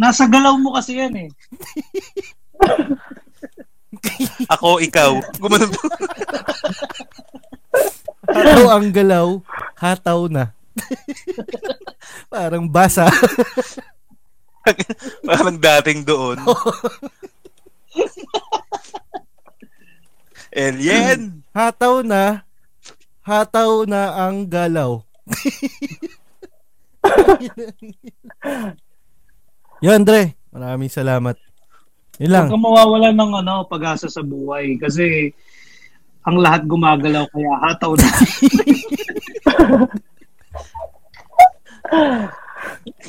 Nasa galaw mo kasi yan eh.
Ako, ikaw. Gumanong po.
Hataw ang galaw. Hataw na. *laughs* Parang basa. *laughs*
Parang dating doon. Alien!
Hataw na. Hataw na ang galaw. *laughs* Yan, Dre. Maraming salamat. Yun lang.
Huwag kang mawawala ng ano, pag-asa sa buhay kasi ang lahat gumagalaw kaya hataw na.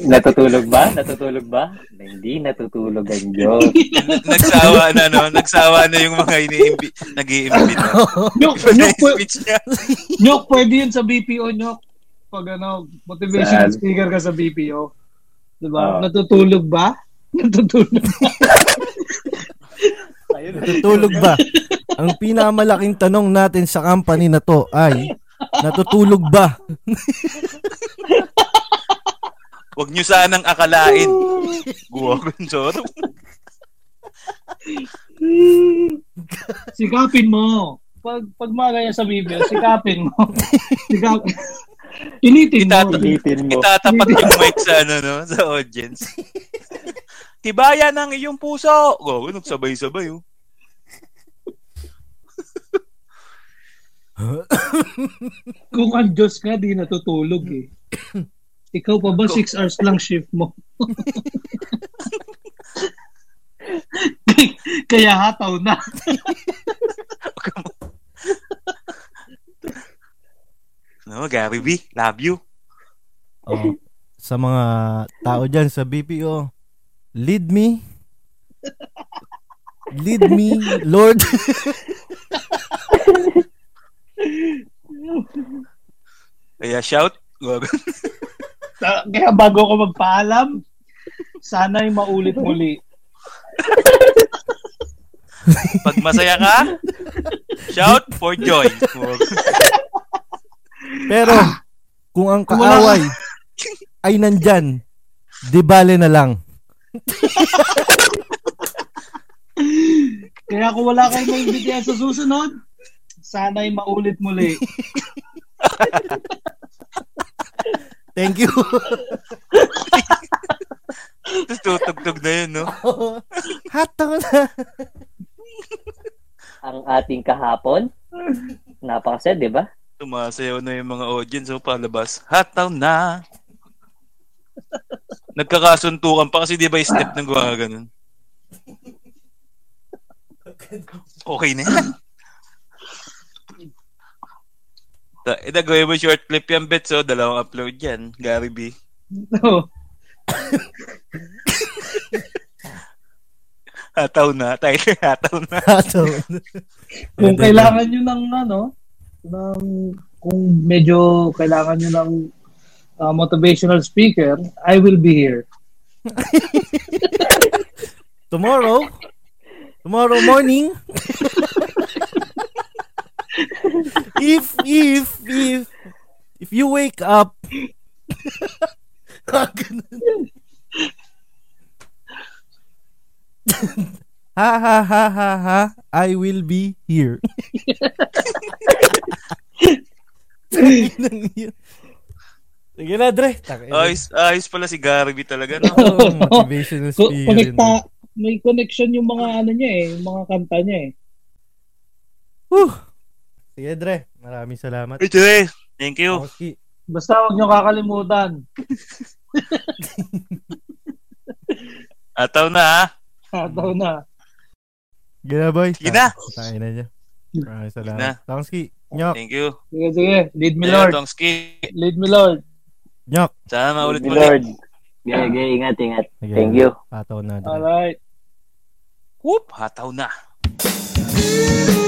Natutulog ba? Natutulog ba? Hindi natutulog ang Diyos.
N- nagsawa na, no? Nagsawa na yung mga iniimbi, nag-iimbita.
Nyok, nyok,
Yung
pwe-
speech niya.
nyok, pwede yun sa BPO, nyok. Pag ano, motivational
Saan?
speaker ka sa BPO.
Ah.
Diba? Natutulog ba? *laughs* Natutulog.
Ayun.
Natutulog ba? Ang pinakamalaking tanong natin sa company na to ay, natutulog ba?
Huwag niyo sanang akalain. Guwa Gonzoro.
Sikapin mo. Pag, pag magaya sa BPO, sikapin mo. sikapin. Initin mo.
Itatabi.
Ipitin mo.
Itatapat yung mic sa, ano, no? sa audience. Tibayan ang iyong puso. Oh, nagsabay-sabay, oh.
Kung ang Diyos ka, di natutulog eh. Ikaw pa ba, 6 hours lang shift mo? Kaya hataw na.
No, Gary B, love you.
Oh, sa mga tao dyan sa BPO, lead me. Lead me, Lord. *laughs*
Kaya shout. Guwa
Ta- Kaya bago ako magpaalam, sana'y maulit muli.
Pag masaya ka, shout for joy.
Pero, kung ang
Kung wala-
kaaway ay nandyan, di bale na lang.
Kaya kung wala kayong maintindihan sa susunod, sana'y maulit muli.
Thank you. *laughs*
Tapos tutugtog na yun, no?
Hataw na.
Ang ating kahapon, napakasaya, di ba?
Tumasayaw na yung mga audience. So, palabas. Hataw na. Nagkakasuntukan pa kasi di ba yung step ng gawa ganun? Okay na yan. Ta- Ito, gawin mo short clip yan, Betso. Dalawang upload yan. Gary B.
No.
Hataw na. Tyler, hataw na.
Hataw na.
Kung kailangan nyo ng ano, ng, kung medyo kailangan nyo ng uh, motivational speaker, I will be here.
Tomorrow, tomorrow morning, if, if, if, if you wake up, Ah, ganun. ha ha ha ha ha I will be here Sige na Dre Takina.
Ayos, ayos pala si Gary B talaga, no?
Oh, motivational
*laughs* Ko-
speaker yun.
Konekta, may connection yung mga ano niya eh, yung mga kanta niya eh.
Whew. Sige, Dre. Maraming salamat.
Ay, Dre. Thank you.
Oki.
Basta huwag nyo kakalimutan. *laughs*
Ataw na, ha?
Hataw na.
Gina, boy.
Sige na.
Tayo na niya. Maraming
na.
salamat. Tongski. Nyok.
Thank you.
Sige, sige. Lead me,
Hello,
Lord.
Tongski.
Lead me, Lord.
Nyok.
Sana maulit
Thank you,
muli.
Lord. Gaya, gaya, ingat, ingat.
Sige.
Thank you.
Pataw na, Dre.
Alright.
Whoop, hataw na.
Thank